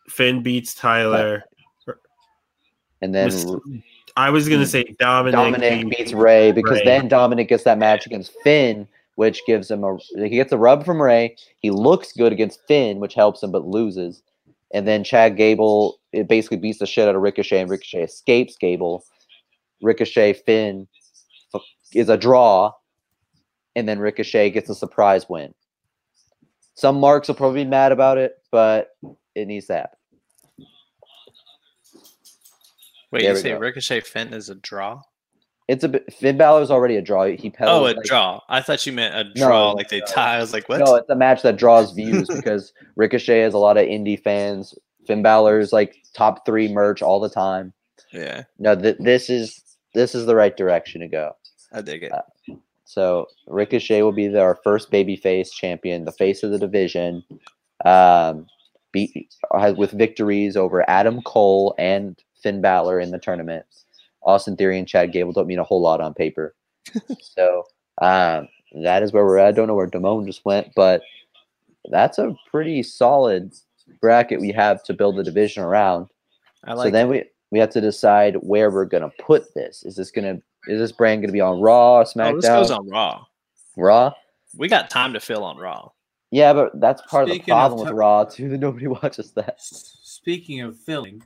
Speaker 2: Finn beats Tyler.
Speaker 3: And then Hmm.
Speaker 2: Mis- I was gonna say Dominic.
Speaker 3: Dominic
Speaker 2: beats-
Speaker 3: beats Ray because
Speaker 2: Rey.
Speaker 3: then Dominic gets that match against Finn, which gives him a he gets a rub from Ray. He looks good against Finn, which helps him but loses. And then Chad Gable it basically beats the shit out of Ricochet and Ricochet escapes Gable. Ricochet Finn f- is a draw, and then Ricochet gets a surprise win. Some marks will probably be mad about it, but it needs to happen.
Speaker 4: Wait,
Speaker 3: There
Speaker 4: you
Speaker 3: we
Speaker 4: say
Speaker 3: go.
Speaker 4: Ricochet Finn is a draw?
Speaker 3: It's a bit, Finn Balor's already a draw. He
Speaker 4: Oh, a
Speaker 3: like-
Speaker 4: draw. I thought you meant a draw,
Speaker 3: no,
Speaker 4: like they
Speaker 3: no.
Speaker 4: tie. I was like, what?
Speaker 3: No, it's a match that draws views because Ricochet has a lot of indie fans. Finn Balor's like top three merch all the time.
Speaker 4: yeah,
Speaker 3: No, th- this is this is the right direction to go.
Speaker 4: I dig it.
Speaker 3: Uh, So Ricochet will be the- our first babyface champion, the face of the division, um, beat has with victories over Adam Cole and Finn Balor in the tournament. Austin Theory and Chad Gable don't mean a whole lot on paper. so um, that is where we're at. I don't know where Damone just went, but that's a pretty solid bracket we have to build the division around
Speaker 4: I like.
Speaker 3: so then we we have to decide where we're gonna put this. Is this gonna is this brand gonna be on Raw or
Speaker 4: oh,
Speaker 3: SmackDown?
Speaker 4: this goes on Raw.
Speaker 3: Raw.
Speaker 4: We got time to fill on Raw.
Speaker 3: Yeah, but that's part of the
Speaker 1: Speaking of
Speaker 3: problem with
Speaker 1: tou-
Speaker 3: Raw too. That nobody watches that.
Speaker 1: S- Speaking of filling,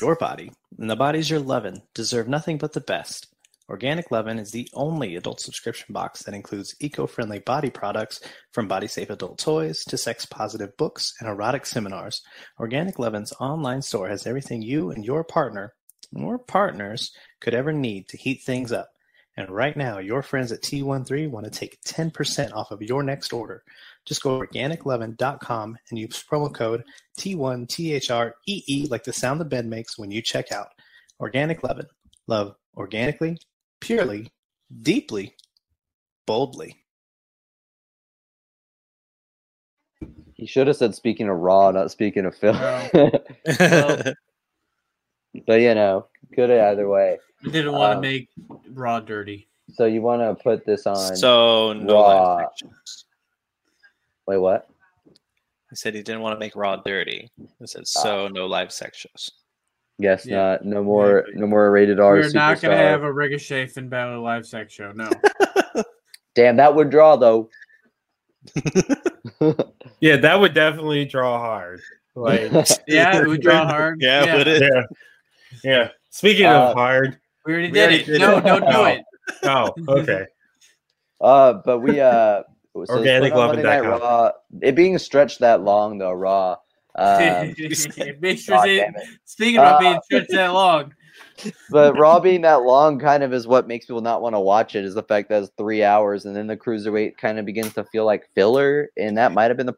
Speaker 4: Your body and the bodies you're loving deserve nothing but the best. Organic Lovin' is the only adult subscription box that includes eco-friendly body products from body-safe adult toys to sex-positive books and erotic seminars. Organic Lovin's online store has everything you and your partner or partners could ever need to heat things up. And right now, your friends at T13 want to take 10% off of your next order. Just go to organiclovin.com and use promo code T1 THREE, E like the sound the bed makes when you check out. Organic Leaven. Love organically, purely, deeply, boldly.
Speaker 3: He should have said speaking of Raw, not speaking of Phil.
Speaker 1: No.
Speaker 3: but you know, good either way.
Speaker 1: I didn't want to
Speaker 3: Um,
Speaker 1: make Raw dirty.
Speaker 3: So you want to put this on?
Speaker 4: so, no
Speaker 3: Raw.
Speaker 4: live sections.
Speaker 3: wait, what?
Speaker 4: He said he didn't want to make Raw dirty. He said, so
Speaker 3: Ah.
Speaker 4: no live sections.
Speaker 3: Yes,
Speaker 1: Yeah.
Speaker 3: not. No more.
Speaker 1: Exactly.
Speaker 3: No more rated R.
Speaker 1: We're not going to
Speaker 3: superstar.
Speaker 1: have a Ricochet Finn Balor live sex show. No.
Speaker 3: Damn, that would draw though.
Speaker 2: yeah, that would definitely draw hard. Like
Speaker 1: yeah, it would draw hard.
Speaker 2: yeah, yeah. Speaking
Speaker 3: Uh,
Speaker 2: of hard,
Speaker 1: We already
Speaker 2: We
Speaker 1: did
Speaker 2: already
Speaker 1: it.
Speaker 2: did
Speaker 1: no,
Speaker 2: it.
Speaker 1: don't do
Speaker 2: No.
Speaker 1: it.
Speaker 2: oh okay.
Speaker 3: Uh, but we uh, so let's put
Speaker 2: Organic
Speaker 3: on Monday Night
Speaker 2: lovin.com.
Speaker 3: Raw. It being stretched that long though, Raw. Um,
Speaker 1: Make sure
Speaker 3: God
Speaker 1: they-
Speaker 3: damn it.
Speaker 1: Speaking about being
Speaker 3: Uh,
Speaker 1: stretched that long,
Speaker 3: But Raw being that long kind of is what makes people not want to watch it is the fact that it's three hours and then the cruiserweight kind of begins to feel like filler, and that might have been the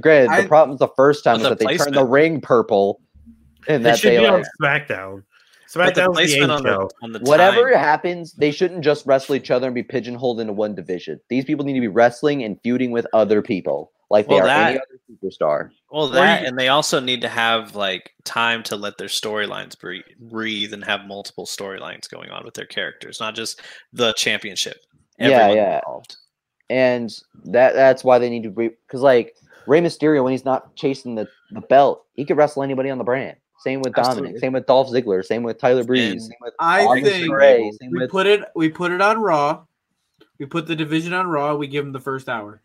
Speaker 3: granted
Speaker 1: I-
Speaker 3: the problem the first
Speaker 4: But
Speaker 3: time is
Speaker 4: the
Speaker 3: that they turned the
Speaker 4: placement-
Speaker 3: ring purple and
Speaker 2: It
Speaker 3: that
Speaker 2: should
Speaker 3: they
Speaker 2: be
Speaker 3: like
Speaker 2: on SmackDown.
Speaker 4: But the
Speaker 2: SmackDown's the,
Speaker 4: placement
Speaker 2: A
Speaker 4: on the,
Speaker 2: show.
Speaker 4: on the
Speaker 3: whatever
Speaker 4: time-
Speaker 3: happens, they shouldn't just wrestle each other and be pigeonholed into one division. These people need to be wrestling and feuding with other people like they
Speaker 4: Well,
Speaker 3: are
Speaker 4: that-
Speaker 3: any other superstar.
Speaker 4: Well,
Speaker 2: Or
Speaker 4: that,
Speaker 2: you-
Speaker 4: and they also need to have like time to let their storylines breathe, breathe and have multiple storylines going on with their characters, not just the championship.
Speaker 3: Yeah, yeah.
Speaker 4: Involved.
Speaker 3: and that that's why they need to be because like Rey Mysterio when he's not chasing the, the belt, he could wrestle anybody on the brand. Same with
Speaker 4: Absolutely.
Speaker 3: Dominic, same with Dolph Ziggler, same with Tyler Breeze,
Speaker 4: And
Speaker 3: same with
Speaker 1: I
Speaker 3: August
Speaker 1: think
Speaker 3: Ray, same
Speaker 1: we
Speaker 3: with
Speaker 1: put it we put it on Raw. We put the division on Raw. We give them the first hour.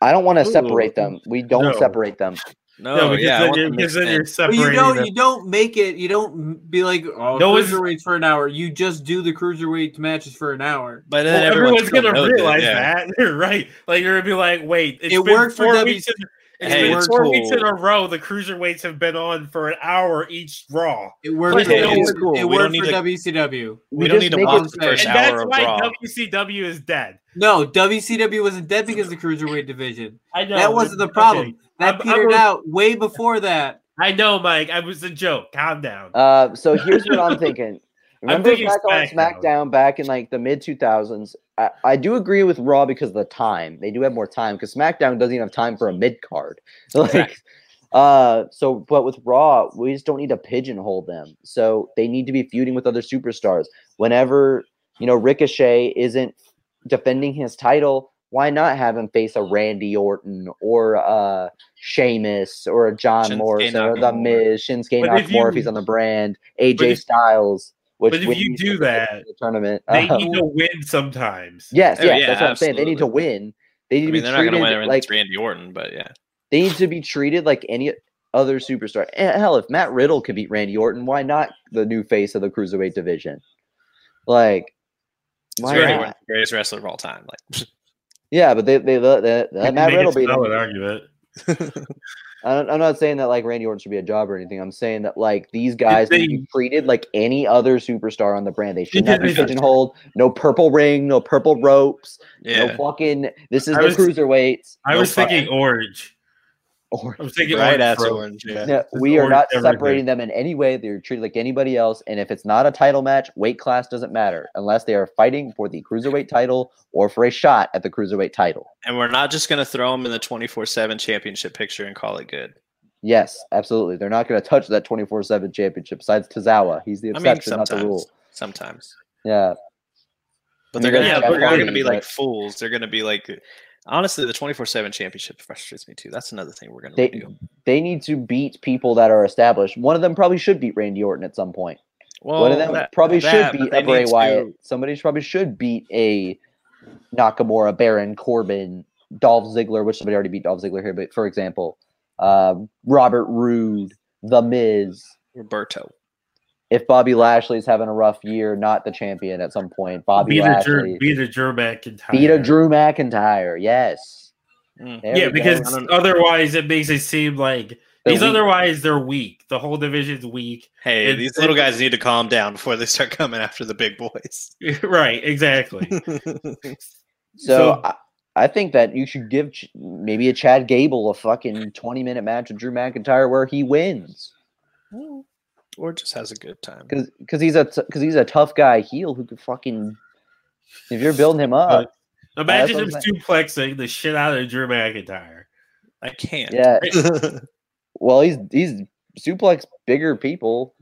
Speaker 3: I don't want to separate them. We don't
Speaker 2: No.
Speaker 3: separate them.
Speaker 6: No,
Speaker 2: no, because
Speaker 6: Oh, yeah, I
Speaker 2: then
Speaker 6: want
Speaker 2: you're,
Speaker 6: them
Speaker 2: because then you're
Speaker 6: mixed
Speaker 1: But
Speaker 2: separating.
Speaker 1: you don't.
Speaker 2: them.
Speaker 1: You don't make it. You don't be like, oh,
Speaker 2: No, it's-
Speaker 1: cruiserweights for an hour. You just do the cruiserweight matches for an hour.
Speaker 6: in. but then
Speaker 2: Well,
Speaker 6: everyone's,
Speaker 2: everyone's gonna
Speaker 6: still knows it,
Speaker 2: realize
Speaker 6: yeah.
Speaker 2: that, right? Like you're gonna be like, wait, it's
Speaker 1: It
Speaker 2: been
Speaker 1: worked for
Speaker 2: four
Speaker 1: W-
Speaker 2: weeks. In, it's
Speaker 6: Hey,
Speaker 2: been
Speaker 6: it's
Speaker 2: four
Speaker 6: cool.
Speaker 2: weeks in a row. The cruiserweights have been on for an hour each Raw,
Speaker 1: It worked.
Speaker 2: But
Speaker 1: for,
Speaker 2: hey,
Speaker 1: it
Speaker 2: it's
Speaker 1: worked-
Speaker 6: cool.
Speaker 1: It
Speaker 6: We
Speaker 1: worked
Speaker 6: don't
Speaker 1: for
Speaker 6: need to-
Speaker 1: WCW.
Speaker 6: We
Speaker 3: You
Speaker 6: don't
Speaker 3: just
Speaker 6: need to
Speaker 3: make
Speaker 6: watch
Speaker 1: it-
Speaker 6: the first
Speaker 2: and that's
Speaker 6: hour of
Speaker 2: why
Speaker 6: Raw.
Speaker 2: WCW is dead.
Speaker 1: No, WCW wasn't dead because of the cruiserweight division.
Speaker 2: I know
Speaker 1: that wasn't the
Speaker 2: okay.
Speaker 1: problem. That
Speaker 2: I'm- I'm
Speaker 1: petered
Speaker 2: a-
Speaker 1: out way before that.
Speaker 2: I know, Mike. I was a joke. Calm down.
Speaker 3: Uh, so here's what I'm thinking. Remember
Speaker 2: thinking
Speaker 3: back on
Speaker 2: SmackDown.
Speaker 3: SmackDown back in like the mid 2000s? I, I do agree with Raw because of the time. They do have more time because SmackDown doesn't even have time for a mid card. So like, uh, so but with Raw, we just don't need to pigeonhole them. So they need to be feuding with other superstars. Whenever you know Ricochet isn't defending his title, why not have him face a Randy Orton or a Sheamus or a John
Speaker 6: Shinsuke
Speaker 3: Morrison or the
Speaker 6: Nakamura.
Speaker 3: Miz, Shinsuke
Speaker 2: But if
Speaker 3: Nakamura if
Speaker 2: you-
Speaker 3: he's on the brand, AJ
Speaker 2: but if-
Speaker 3: Styles. Which
Speaker 2: but if
Speaker 3: would
Speaker 2: you
Speaker 3: be
Speaker 2: do
Speaker 3: the winner
Speaker 2: that,
Speaker 3: of the tournament,
Speaker 2: They
Speaker 1: uh-huh.
Speaker 3: Uh,
Speaker 2: need to win sometimes.
Speaker 3: yes, yes,
Speaker 6: Oh, yeah,
Speaker 3: that's what I'm saying. They need to
Speaker 6: absolutely.
Speaker 3: win. They need
Speaker 6: I
Speaker 3: to
Speaker 6: mean,
Speaker 3: be
Speaker 6: they're not gonna
Speaker 3: treated
Speaker 6: win against
Speaker 3: like
Speaker 6: Randy Orton, but yeah,
Speaker 3: they need to be treated like any other superstar. And hell, if Matt Riddle could beat Randy Orton, why not the new face of the cruiserweight division? Like,
Speaker 6: He's
Speaker 3: why
Speaker 6: Randy
Speaker 3: not?
Speaker 6: Orton, greatest wrestler of all time. Like,
Speaker 3: Yeah, but they they, they, they,
Speaker 2: You can
Speaker 3: Matt
Speaker 2: make a
Speaker 3: Riddle beat him.
Speaker 2: solid argument.
Speaker 3: I don't- I'm not saying that like Randy Orton should be a job or anything. I'm saying that like these guys
Speaker 2: Did
Speaker 3: need to be treated like any other superstar on the brand. They should
Speaker 2: Did
Speaker 3: not be
Speaker 2: they-
Speaker 3: pigeonholed. No purple ring, no purple ropes,
Speaker 6: yeah,
Speaker 3: no fucking. This is
Speaker 2: I
Speaker 3: the
Speaker 2: was-
Speaker 3: cruiserweights.
Speaker 2: I
Speaker 3: no
Speaker 2: was
Speaker 3: fucking-
Speaker 2: thinking orange.
Speaker 3: or
Speaker 2: I was thinking
Speaker 5: Right
Speaker 2: orange.
Speaker 5: after
Speaker 2: bro.
Speaker 5: orange, yeah.
Speaker 3: No,
Speaker 2: It's
Speaker 3: we are
Speaker 2: orange
Speaker 3: not
Speaker 2: everything.
Speaker 3: separating them in any way. They're treated like anybody else. And if it's not a title match, weight class doesn't matter unless they are fighting for the cruiserweight title or for a shot at the cruiserweight title.
Speaker 6: and we're not just gonna throw him in the twenty four seven championship picture and call it good.
Speaker 3: Yes, absolutely. They're not going to touch that 24 7 championship besides Tozawa. He's the
Speaker 6: I mean,
Speaker 3: exception, not
Speaker 6: sometimes,
Speaker 3: the rule.
Speaker 6: sometimes,
Speaker 3: Yeah.
Speaker 6: but
Speaker 3: I mean,
Speaker 6: they're gonna,
Speaker 2: yeah,
Speaker 6: they're
Speaker 2: but-
Speaker 6: gonna be like
Speaker 3: but-
Speaker 6: fools. They're gonna be like, honestly, the twenty four seven championship frustrates me too. That's another thing we're gonna
Speaker 3: They-
Speaker 6: do.
Speaker 3: they need to beat people that are established. One of them probably should beat Randy Orton at some point.
Speaker 6: Well,
Speaker 3: One of them
Speaker 6: that-
Speaker 3: probably
Speaker 6: that,
Speaker 3: should
Speaker 6: but
Speaker 3: beat
Speaker 6: they
Speaker 3: a Bray
Speaker 6: need to-
Speaker 3: Wyatt. Somebody probably should beat a Nakamura, Baron Corbin, Dolph Ziggler, which somebody already beat Dolph Ziggler here, but for example, uh, Robert Roode, The Miz.
Speaker 6: Roberto.
Speaker 3: If Bobby Lashley's having a rough year, not the champion at some point, Bobby
Speaker 2: Beat a Drew,
Speaker 3: Lashley
Speaker 2: beat a Drew McIntyre.
Speaker 3: beat a Drew McIntyre. Yes.
Speaker 6: Mm.
Speaker 3: There
Speaker 2: Yeah,
Speaker 3: we go.
Speaker 2: because otherwise it makes it seem like
Speaker 3: They're
Speaker 2: these
Speaker 3: weak.
Speaker 2: otherwise they're weak. The whole division's weak.
Speaker 6: Hey,
Speaker 2: It-
Speaker 6: these little guys need to calm down before they start coming after the big boys.
Speaker 2: right, exactly.
Speaker 3: So,
Speaker 2: So-
Speaker 3: I, I think that you should give Ch- maybe a Chad Gable a fucking 20 minute match with Drew McIntyre where he wins
Speaker 6: or just has a good time.
Speaker 3: because he's a because he's a tough guy heel who could fucking if you're building him up
Speaker 2: Imagine him
Speaker 3: that's what
Speaker 2: suplexing the shit out of Drew McIntyre.
Speaker 6: I can't.
Speaker 3: yeah well he's he's suplex bigger people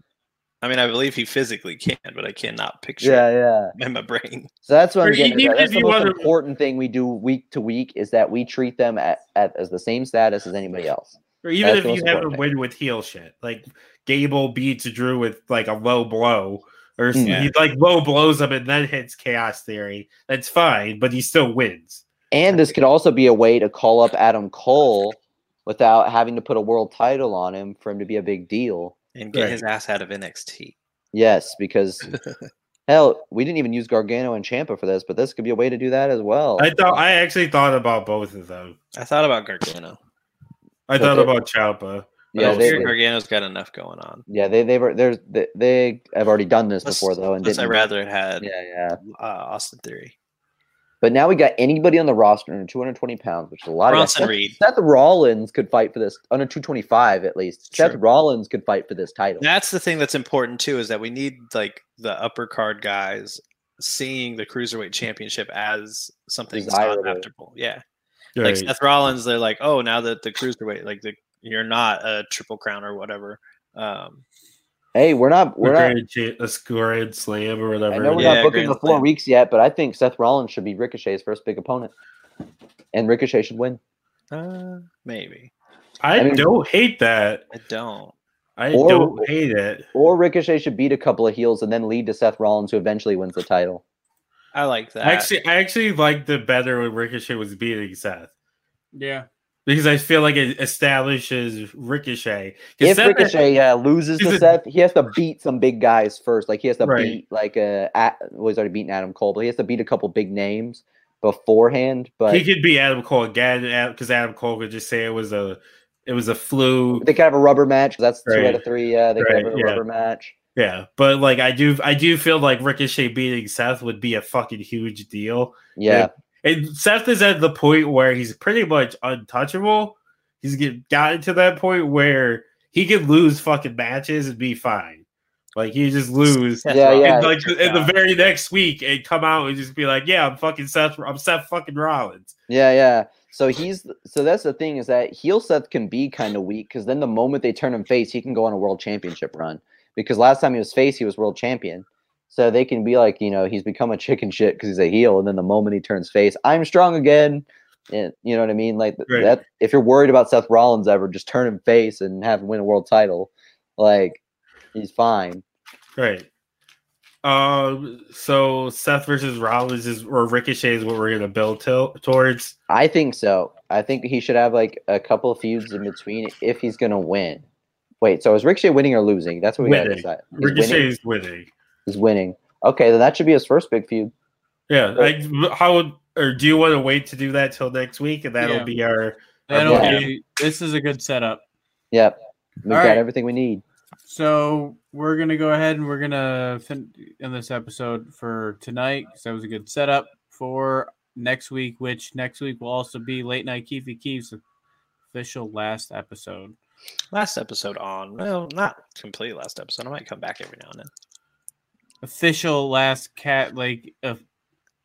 Speaker 6: I mean, I believe he physically can, but I cannot picture
Speaker 3: yeah yeah
Speaker 6: it in my brain.
Speaker 3: so that's what
Speaker 2: Or
Speaker 3: I'm getting
Speaker 2: even
Speaker 3: at. that's
Speaker 2: if
Speaker 3: the
Speaker 2: you
Speaker 3: most
Speaker 2: wanna-
Speaker 3: important thing we do week to week is that we treat them at, at as the same status as anybody else
Speaker 2: Or even
Speaker 3: That's the
Speaker 2: if you
Speaker 3: most
Speaker 2: have him
Speaker 3: important
Speaker 2: win with heel shit. Like Gable beats Drew with like a low blow. Or s-
Speaker 3: Yeah.
Speaker 2: he like low blows him and then hits chaos theory. That's fine, but he still wins.
Speaker 3: And this could also be a way to call up Adam Cole without having to put a world title on him for him to be a big deal.
Speaker 6: And get
Speaker 2: Right.
Speaker 6: his ass out of NXT.
Speaker 3: Yes, because hell, we didn't even use Gargano and Champa for this, but this could be a way to do that as well.
Speaker 2: I thought I actually thought about both of them.
Speaker 6: I thought about Gargano.
Speaker 2: I
Speaker 3: So
Speaker 2: thought
Speaker 3: they-
Speaker 2: about Ciampa.
Speaker 6: But
Speaker 3: yeah,
Speaker 6: I'm
Speaker 3: they,
Speaker 6: sure
Speaker 3: they-
Speaker 6: Gargano's got enough going on.
Speaker 3: yeah, they they've al- there's they, they have already done this
Speaker 6: Plus-
Speaker 3: before though, and
Speaker 6: Plus,
Speaker 3: didn't.
Speaker 6: I rather it had
Speaker 3: yeah, yeah.
Speaker 6: uh, Austin Theory.
Speaker 3: But now we got anybody on the roster under 220 pounds, which is a lot
Speaker 6: Bronson
Speaker 3: of guys.
Speaker 6: Reed.
Speaker 3: Seth, Seth Rollins could fight for this under 225 at least.
Speaker 6: Sure.
Speaker 3: Seth Rollins could fight for this title.
Speaker 6: That's the thing that's important too is that we need like the upper card guys seeing the cruiserweight championship as something
Speaker 3: Desirable.
Speaker 6: adaptable. Yeah.
Speaker 2: Right.
Speaker 6: like Seth Rollins, they're like, oh, now that the cruiserweight, like the you're not a triple crown or whatever. Um,
Speaker 3: Hey, we're not
Speaker 2: Or
Speaker 3: we're not
Speaker 2: grand cha- a grand slam or whatever.
Speaker 3: I know
Speaker 2: it
Speaker 3: we're
Speaker 2: is.
Speaker 6: Yeah,
Speaker 3: not booking
Speaker 6: Grand
Speaker 3: the four
Speaker 6: Slam.
Speaker 3: weeks yet, but I think Seth Rollins should be Ricochet's first big opponent, and Ricochet should win.
Speaker 6: uh, maybe
Speaker 2: I,
Speaker 3: I mean-
Speaker 2: don't hate that.
Speaker 6: I don't.
Speaker 2: I
Speaker 3: Or-
Speaker 2: don't hate it.
Speaker 3: Or Ricochet should beat a couple of heels and then lead to Seth Rollins, who eventually wins the title.
Speaker 6: I like that.
Speaker 2: I actually, I actually liked the better when Ricochet was beating Seth
Speaker 1: Yeah.
Speaker 2: because I feel like it establishes Ricochet. 'Cause
Speaker 3: If
Speaker 2: Seth-
Speaker 3: Ricochet uh, loses
Speaker 2: he's
Speaker 3: to
Speaker 2: a-
Speaker 3: Seth, he has to beat some big guys first. Like he has to
Speaker 2: Right.
Speaker 3: beat like uh, at, well, he's already beaten Adam Cole, but he has to beat a couple big names beforehand. But
Speaker 2: he could be Adam Cole again because Adam Cole could just say it was a it was a flu.
Speaker 3: they could have a rubber match. 'cause That's two
Speaker 2: Right.
Speaker 3: out of three. Yeah, they could
Speaker 2: Right,
Speaker 3: have a
Speaker 2: yeah.
Speaker 3: rubber match.
Speaker 2: Yeah, but like I do, I do feel like Ricochet beating Seth would be a fucking huge deal.
Speaker 3: Yeah,
Speaker 2: And Seth is at the point where he's pretty much untouchable. He's get, gotten to that point where he could lose fucking matches and be fine. Like he just lose.
Speaker 3: yeah, yeah.
Speaker 2: And like in the very next week, and come out and just be like, "Yeah, I'm fucking Seth. I'm Seth fucking Rollins."
Speaker 3: Yeah, yeah. So he's so that's the thing is that heel Seth can be kind of weak because then the moment they turn him face, he can go on a world championship run. Because last time he was face, he was world champion. So they can be like, you know, he's become a chicken shit because he's a heel, and then the moment he turns face, I'm strong again. And you know what I mean? Like th-
Speaker 2: Right.
Speaker 3: that. If you're worried about Seth Rollins ever, just turn him face and have him win a world title. Like he's fine.
Speaker 2: Right. Um. So Seth versus Rollins is or Ricochet is what we're gonna build to- towards.
Speaker 3: I think so. I think he should have like a couple of feuds in between if he's gonna win. Wait, so is Ricochet winning or losing? That's what we gotta
Speaker 2: Winning.
Speaker 3: decide. He's
Speaker 2: Ricochet
Speaker 3: winning.
Speaker 2: is winning.
Speaker 3: He's winning. Okay, then that should be his first big feud.
Speaker 2: Yeah. I, how or do you want to wait to do that till next week, and that'll
Speaker 1: Yeah.
Speaker 2: be our
Speaker 1: That'll
Speaker 3: Yeah.
Speaker 1: be, this is a good setup.
Speaker 3: Yep. We've
Speaker 1: All
Speaker 3: got
Speaker 1: right.
Speaker 3: everything we need.
Speaker 1: So we're gonna go ahead and we're gonna fin- end this episode for tonight. So that was a good setup for next week, which next week will also be late night Keefy Keef's official last episode.
Speaker 6: last episode on. Well, not completely last episode. I might come back every now and then.
Speaker 1: Official last cat like uh,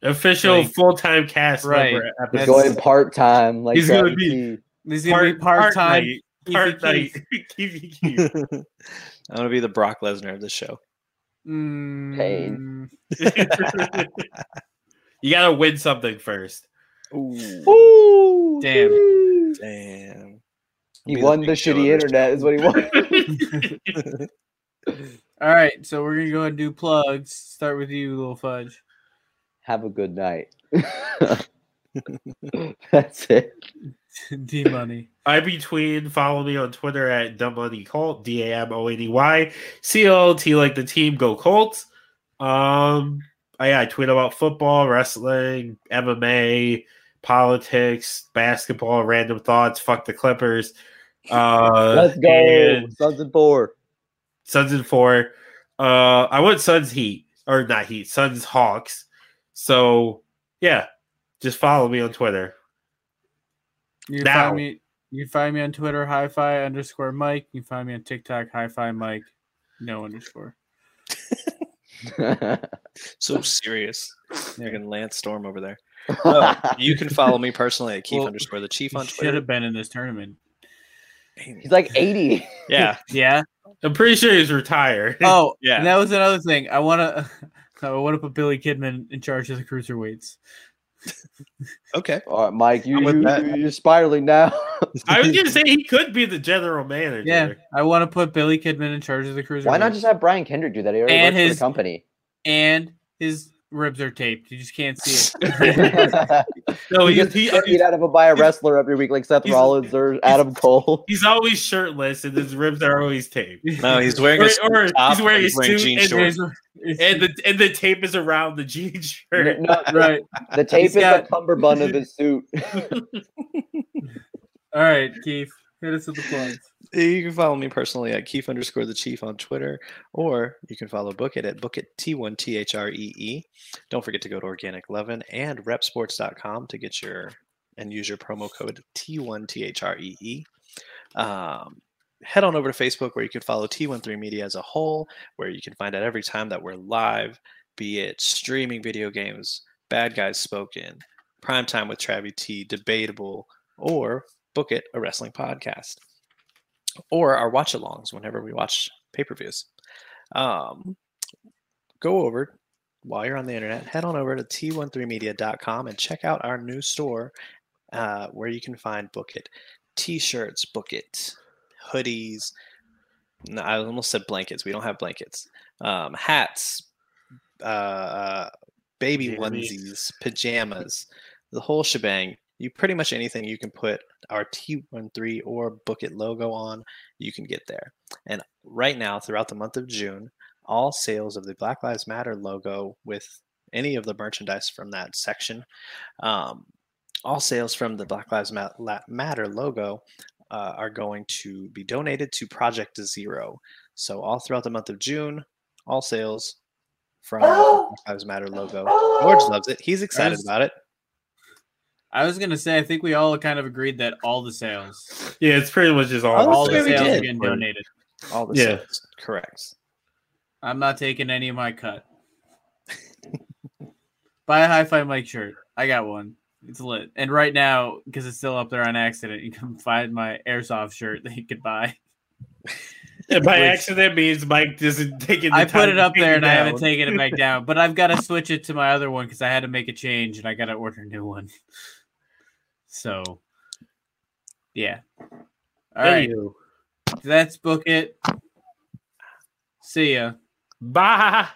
Speaker 2: official
Speaker 1: Like-
Speaker 2: full time cast
Speaker 1: Right.
Speaker 2: member
Speaker 3: He's
Speaker 1: That's-
Speaker 2: episode.
Speaker 3: going part time. Like
Speaker 2: He's gonna
Speaker 3: Travis
Speaker 2: be-
Speaker 3: Key.
Speaker 1: this is gonna be part time.
Speaker 2: night, Part night. Keep- keep-
Speaker 6: I'm gonna be the Brock Lesnar of this show.
Speaker 1: Mm,
Speaker 2: you gotta win something first.
Speaker 6: Ooh,
Speaker 3: Woo!
Speaker 1: damn.
Speaker 6: damn.
Speaker 3: He
Speaker 6: Be the
Speaker 3: won
Speaker 6: Big
Speaker 3: the
Speaker 6: Show
Speaker 3: shitty
Speaker 6: of this
Speaker 3: internet, is what he won.
Speaker 1: All right, so we're gonna go ahead and do plugs. Start with you, little fudge.
Speaker 3: have a good night. That's it.
Speaker 1: D money.
Speaker 2: I between follow me on Twitter at Dumb Money Colt, D A M O N E Y, C O L T like the team, go Colts. Um, I, I tweet about football, wrestling, MMA, politics, basketball, random thoughts, fuck the Clippers. Uh,
Speaker 3: Let's go.
Speaker 2: and
Speaker 3: Sons and four.
Speaker 2: Suns and four. Uh, I want Suns Heat or not Heat, Suns Hawks. So, yeah, just follow me on Twitter.
Speaker 1: You can
Speaker 2: Now.
Speaker 1: find me. You can find me on Twitter, hi-fi underscore Mike. You can find me on TikTok, hi-fi Mike, no underscore.
Speaker 6: So serious.
Speaker 1: Yeah.
Speaker 6: Fucking Lance Storm over there. Oh, you can follow me personally at Keith
Speaker 1: Well,
Speaker 6: underscore the Chief
Speaker 1: You
Speaker 6: on
Speaker 1: should
Speaker 6: Twitter.
Speaker 1: have been in this tournament.
Speaker 3: He's like 80.
Speaker 6: Yeah,
Speaker 1: Yeah.
Speaker 2: I'm pretty sure he's retired.
Speaker 1: Oh,
Speaker 6: Yeah.
Speaker 1: And that was another thing. I wanna. I want to put Billy Kidman in charge of the cruiserweights.
Speaker 6: okay.
Speaker 3: All right, Mike, you,
Speaker 6: I'm with
Speaker 3: you,
Speaker 6: that.
Speaker 3: you're spiraling now.
Speaker 2: I was gonna say he could be the general manager.
Speaker 1: Yeah, I want to put Billy Kidman in charge of the cruiserweights.
Speaker 3: Why not just have Brian Kendrick do that? He already
Speaker 1: And
Speaker 3: works for
Speaker 1: his-
Speaker 3: the company.
Speaker 1: And his ribs are taped. You just can't see it.
Speaker 3: he
Speaker 2: No, he's,
Speaker 3: gets
Speaker 2: he,
Speaker 3: beat out of a by a wrestler every week, like Seth
Speaker 2: he's-
Speaker 3: Rollins or Adam Cole.
Speaker 2: he's always shirtless and his ribs are always taped.
Speaker 6: No, he's wearing
Speaker 2: Or,
Speaker 6: a suit
Speaker 2: or
Speaker 6: top
Speaker 2: he's wearing
Speaker 6: and
Speaker 2: a suit
Speaker 6: jean
Speaker 2: and,
Speaker 6: shorts.
Speaker 1: It's-
Speaker 2: and the and the tape is around the jean shirt.
Speaker 3: No,
Speaker 1: right.
Speaker 3: the tape
Speaker 1: He's
Speaker 3: is the
Speaker 1: got-
Speaker 3: cummerbund of his suit.
Speaker 1: All right, Keith, hit us with the plugs.
Speaker 6: Uh, You can follow me personally at Keith underscore the Chief on Twitter, or you can follow Book It at Book It T1 T H R E E. Don't forget to go to Organic Lovin' and repsports.com to get your and use your promo code T1 T H R E E. Um, head on over to Facebook where you can follow T13 Media as a whole, where you can find out every time that we're live, be it streaming video games, Bad Guys Spoken, Primetime with Travie T, Debatable, or Book It, a wrestling podcast or our watch alongs whenever we watch pay per views. Um, go over while you're on the internet, head on over to t13media.com and check out our new store uh, where you can find Book It t shirts, Book It hoodies. No, I almost said blankets. We don't have blankets. Um, hats, uh, baby
Speaker 2: Jammies.
Speaker 6: onesies, pajamas, the whole shebang. You pretty much anything you can put our T13 or Book It logo on, you can get there. And right now, throughout the month of June, all sales of the Black Lives Matter logo with any of the merchandise from that section, um, all sales from the Black Lives Ma- La- Matter logo uh, are going to be donated to Project Zero. So all throughout the month of June, all sales from the Black Lives Matter logo. George loves it. He's excited
Speaker 1: Nice.
Speaker 6: about it.
Speaker 1: I was gonna say, I think we all kind of agreed that all the sales,
Speaker 2: Yeah, it's pretty much just all.
Speaker 6: Oh,
Speaker 1: all
Speaker 6: that's
Speaker 1: the
Speaker 6: right, we
Speaker 1: sales are
Speaker 6: did.
Speaker 1: getting donated.
Speaker 6: All the
Speaker 2: Yeah.
Speaker 6: sales. Correct.
Speaker 1: I'm not taking any of my cut. Buy a hi-fi mic shirt. I got one. It's lit. And right now, because it's still up there on accident, you can find my airsoft shirt that you could buy.
Speaker 2: And by
Speaker 1: Which-
Speaker 2: accident means Mike isn't taking. The
Speaker 1: I put
Speaker 2: time
Speaker 1: it
Speaker 2: to
Speaker 1: up
Speaker 2: take
Speaker 1: there and I haven't
Speaker 2: down.
Speaker 1: taken it back down. But I've got to switch it to my other one because I had to make a change and I got to order a new one. So, yeah. All right.
Speaker 2: Anywho,
Speaker 1: Let's book it. See ya.
Speaker 2: Bye.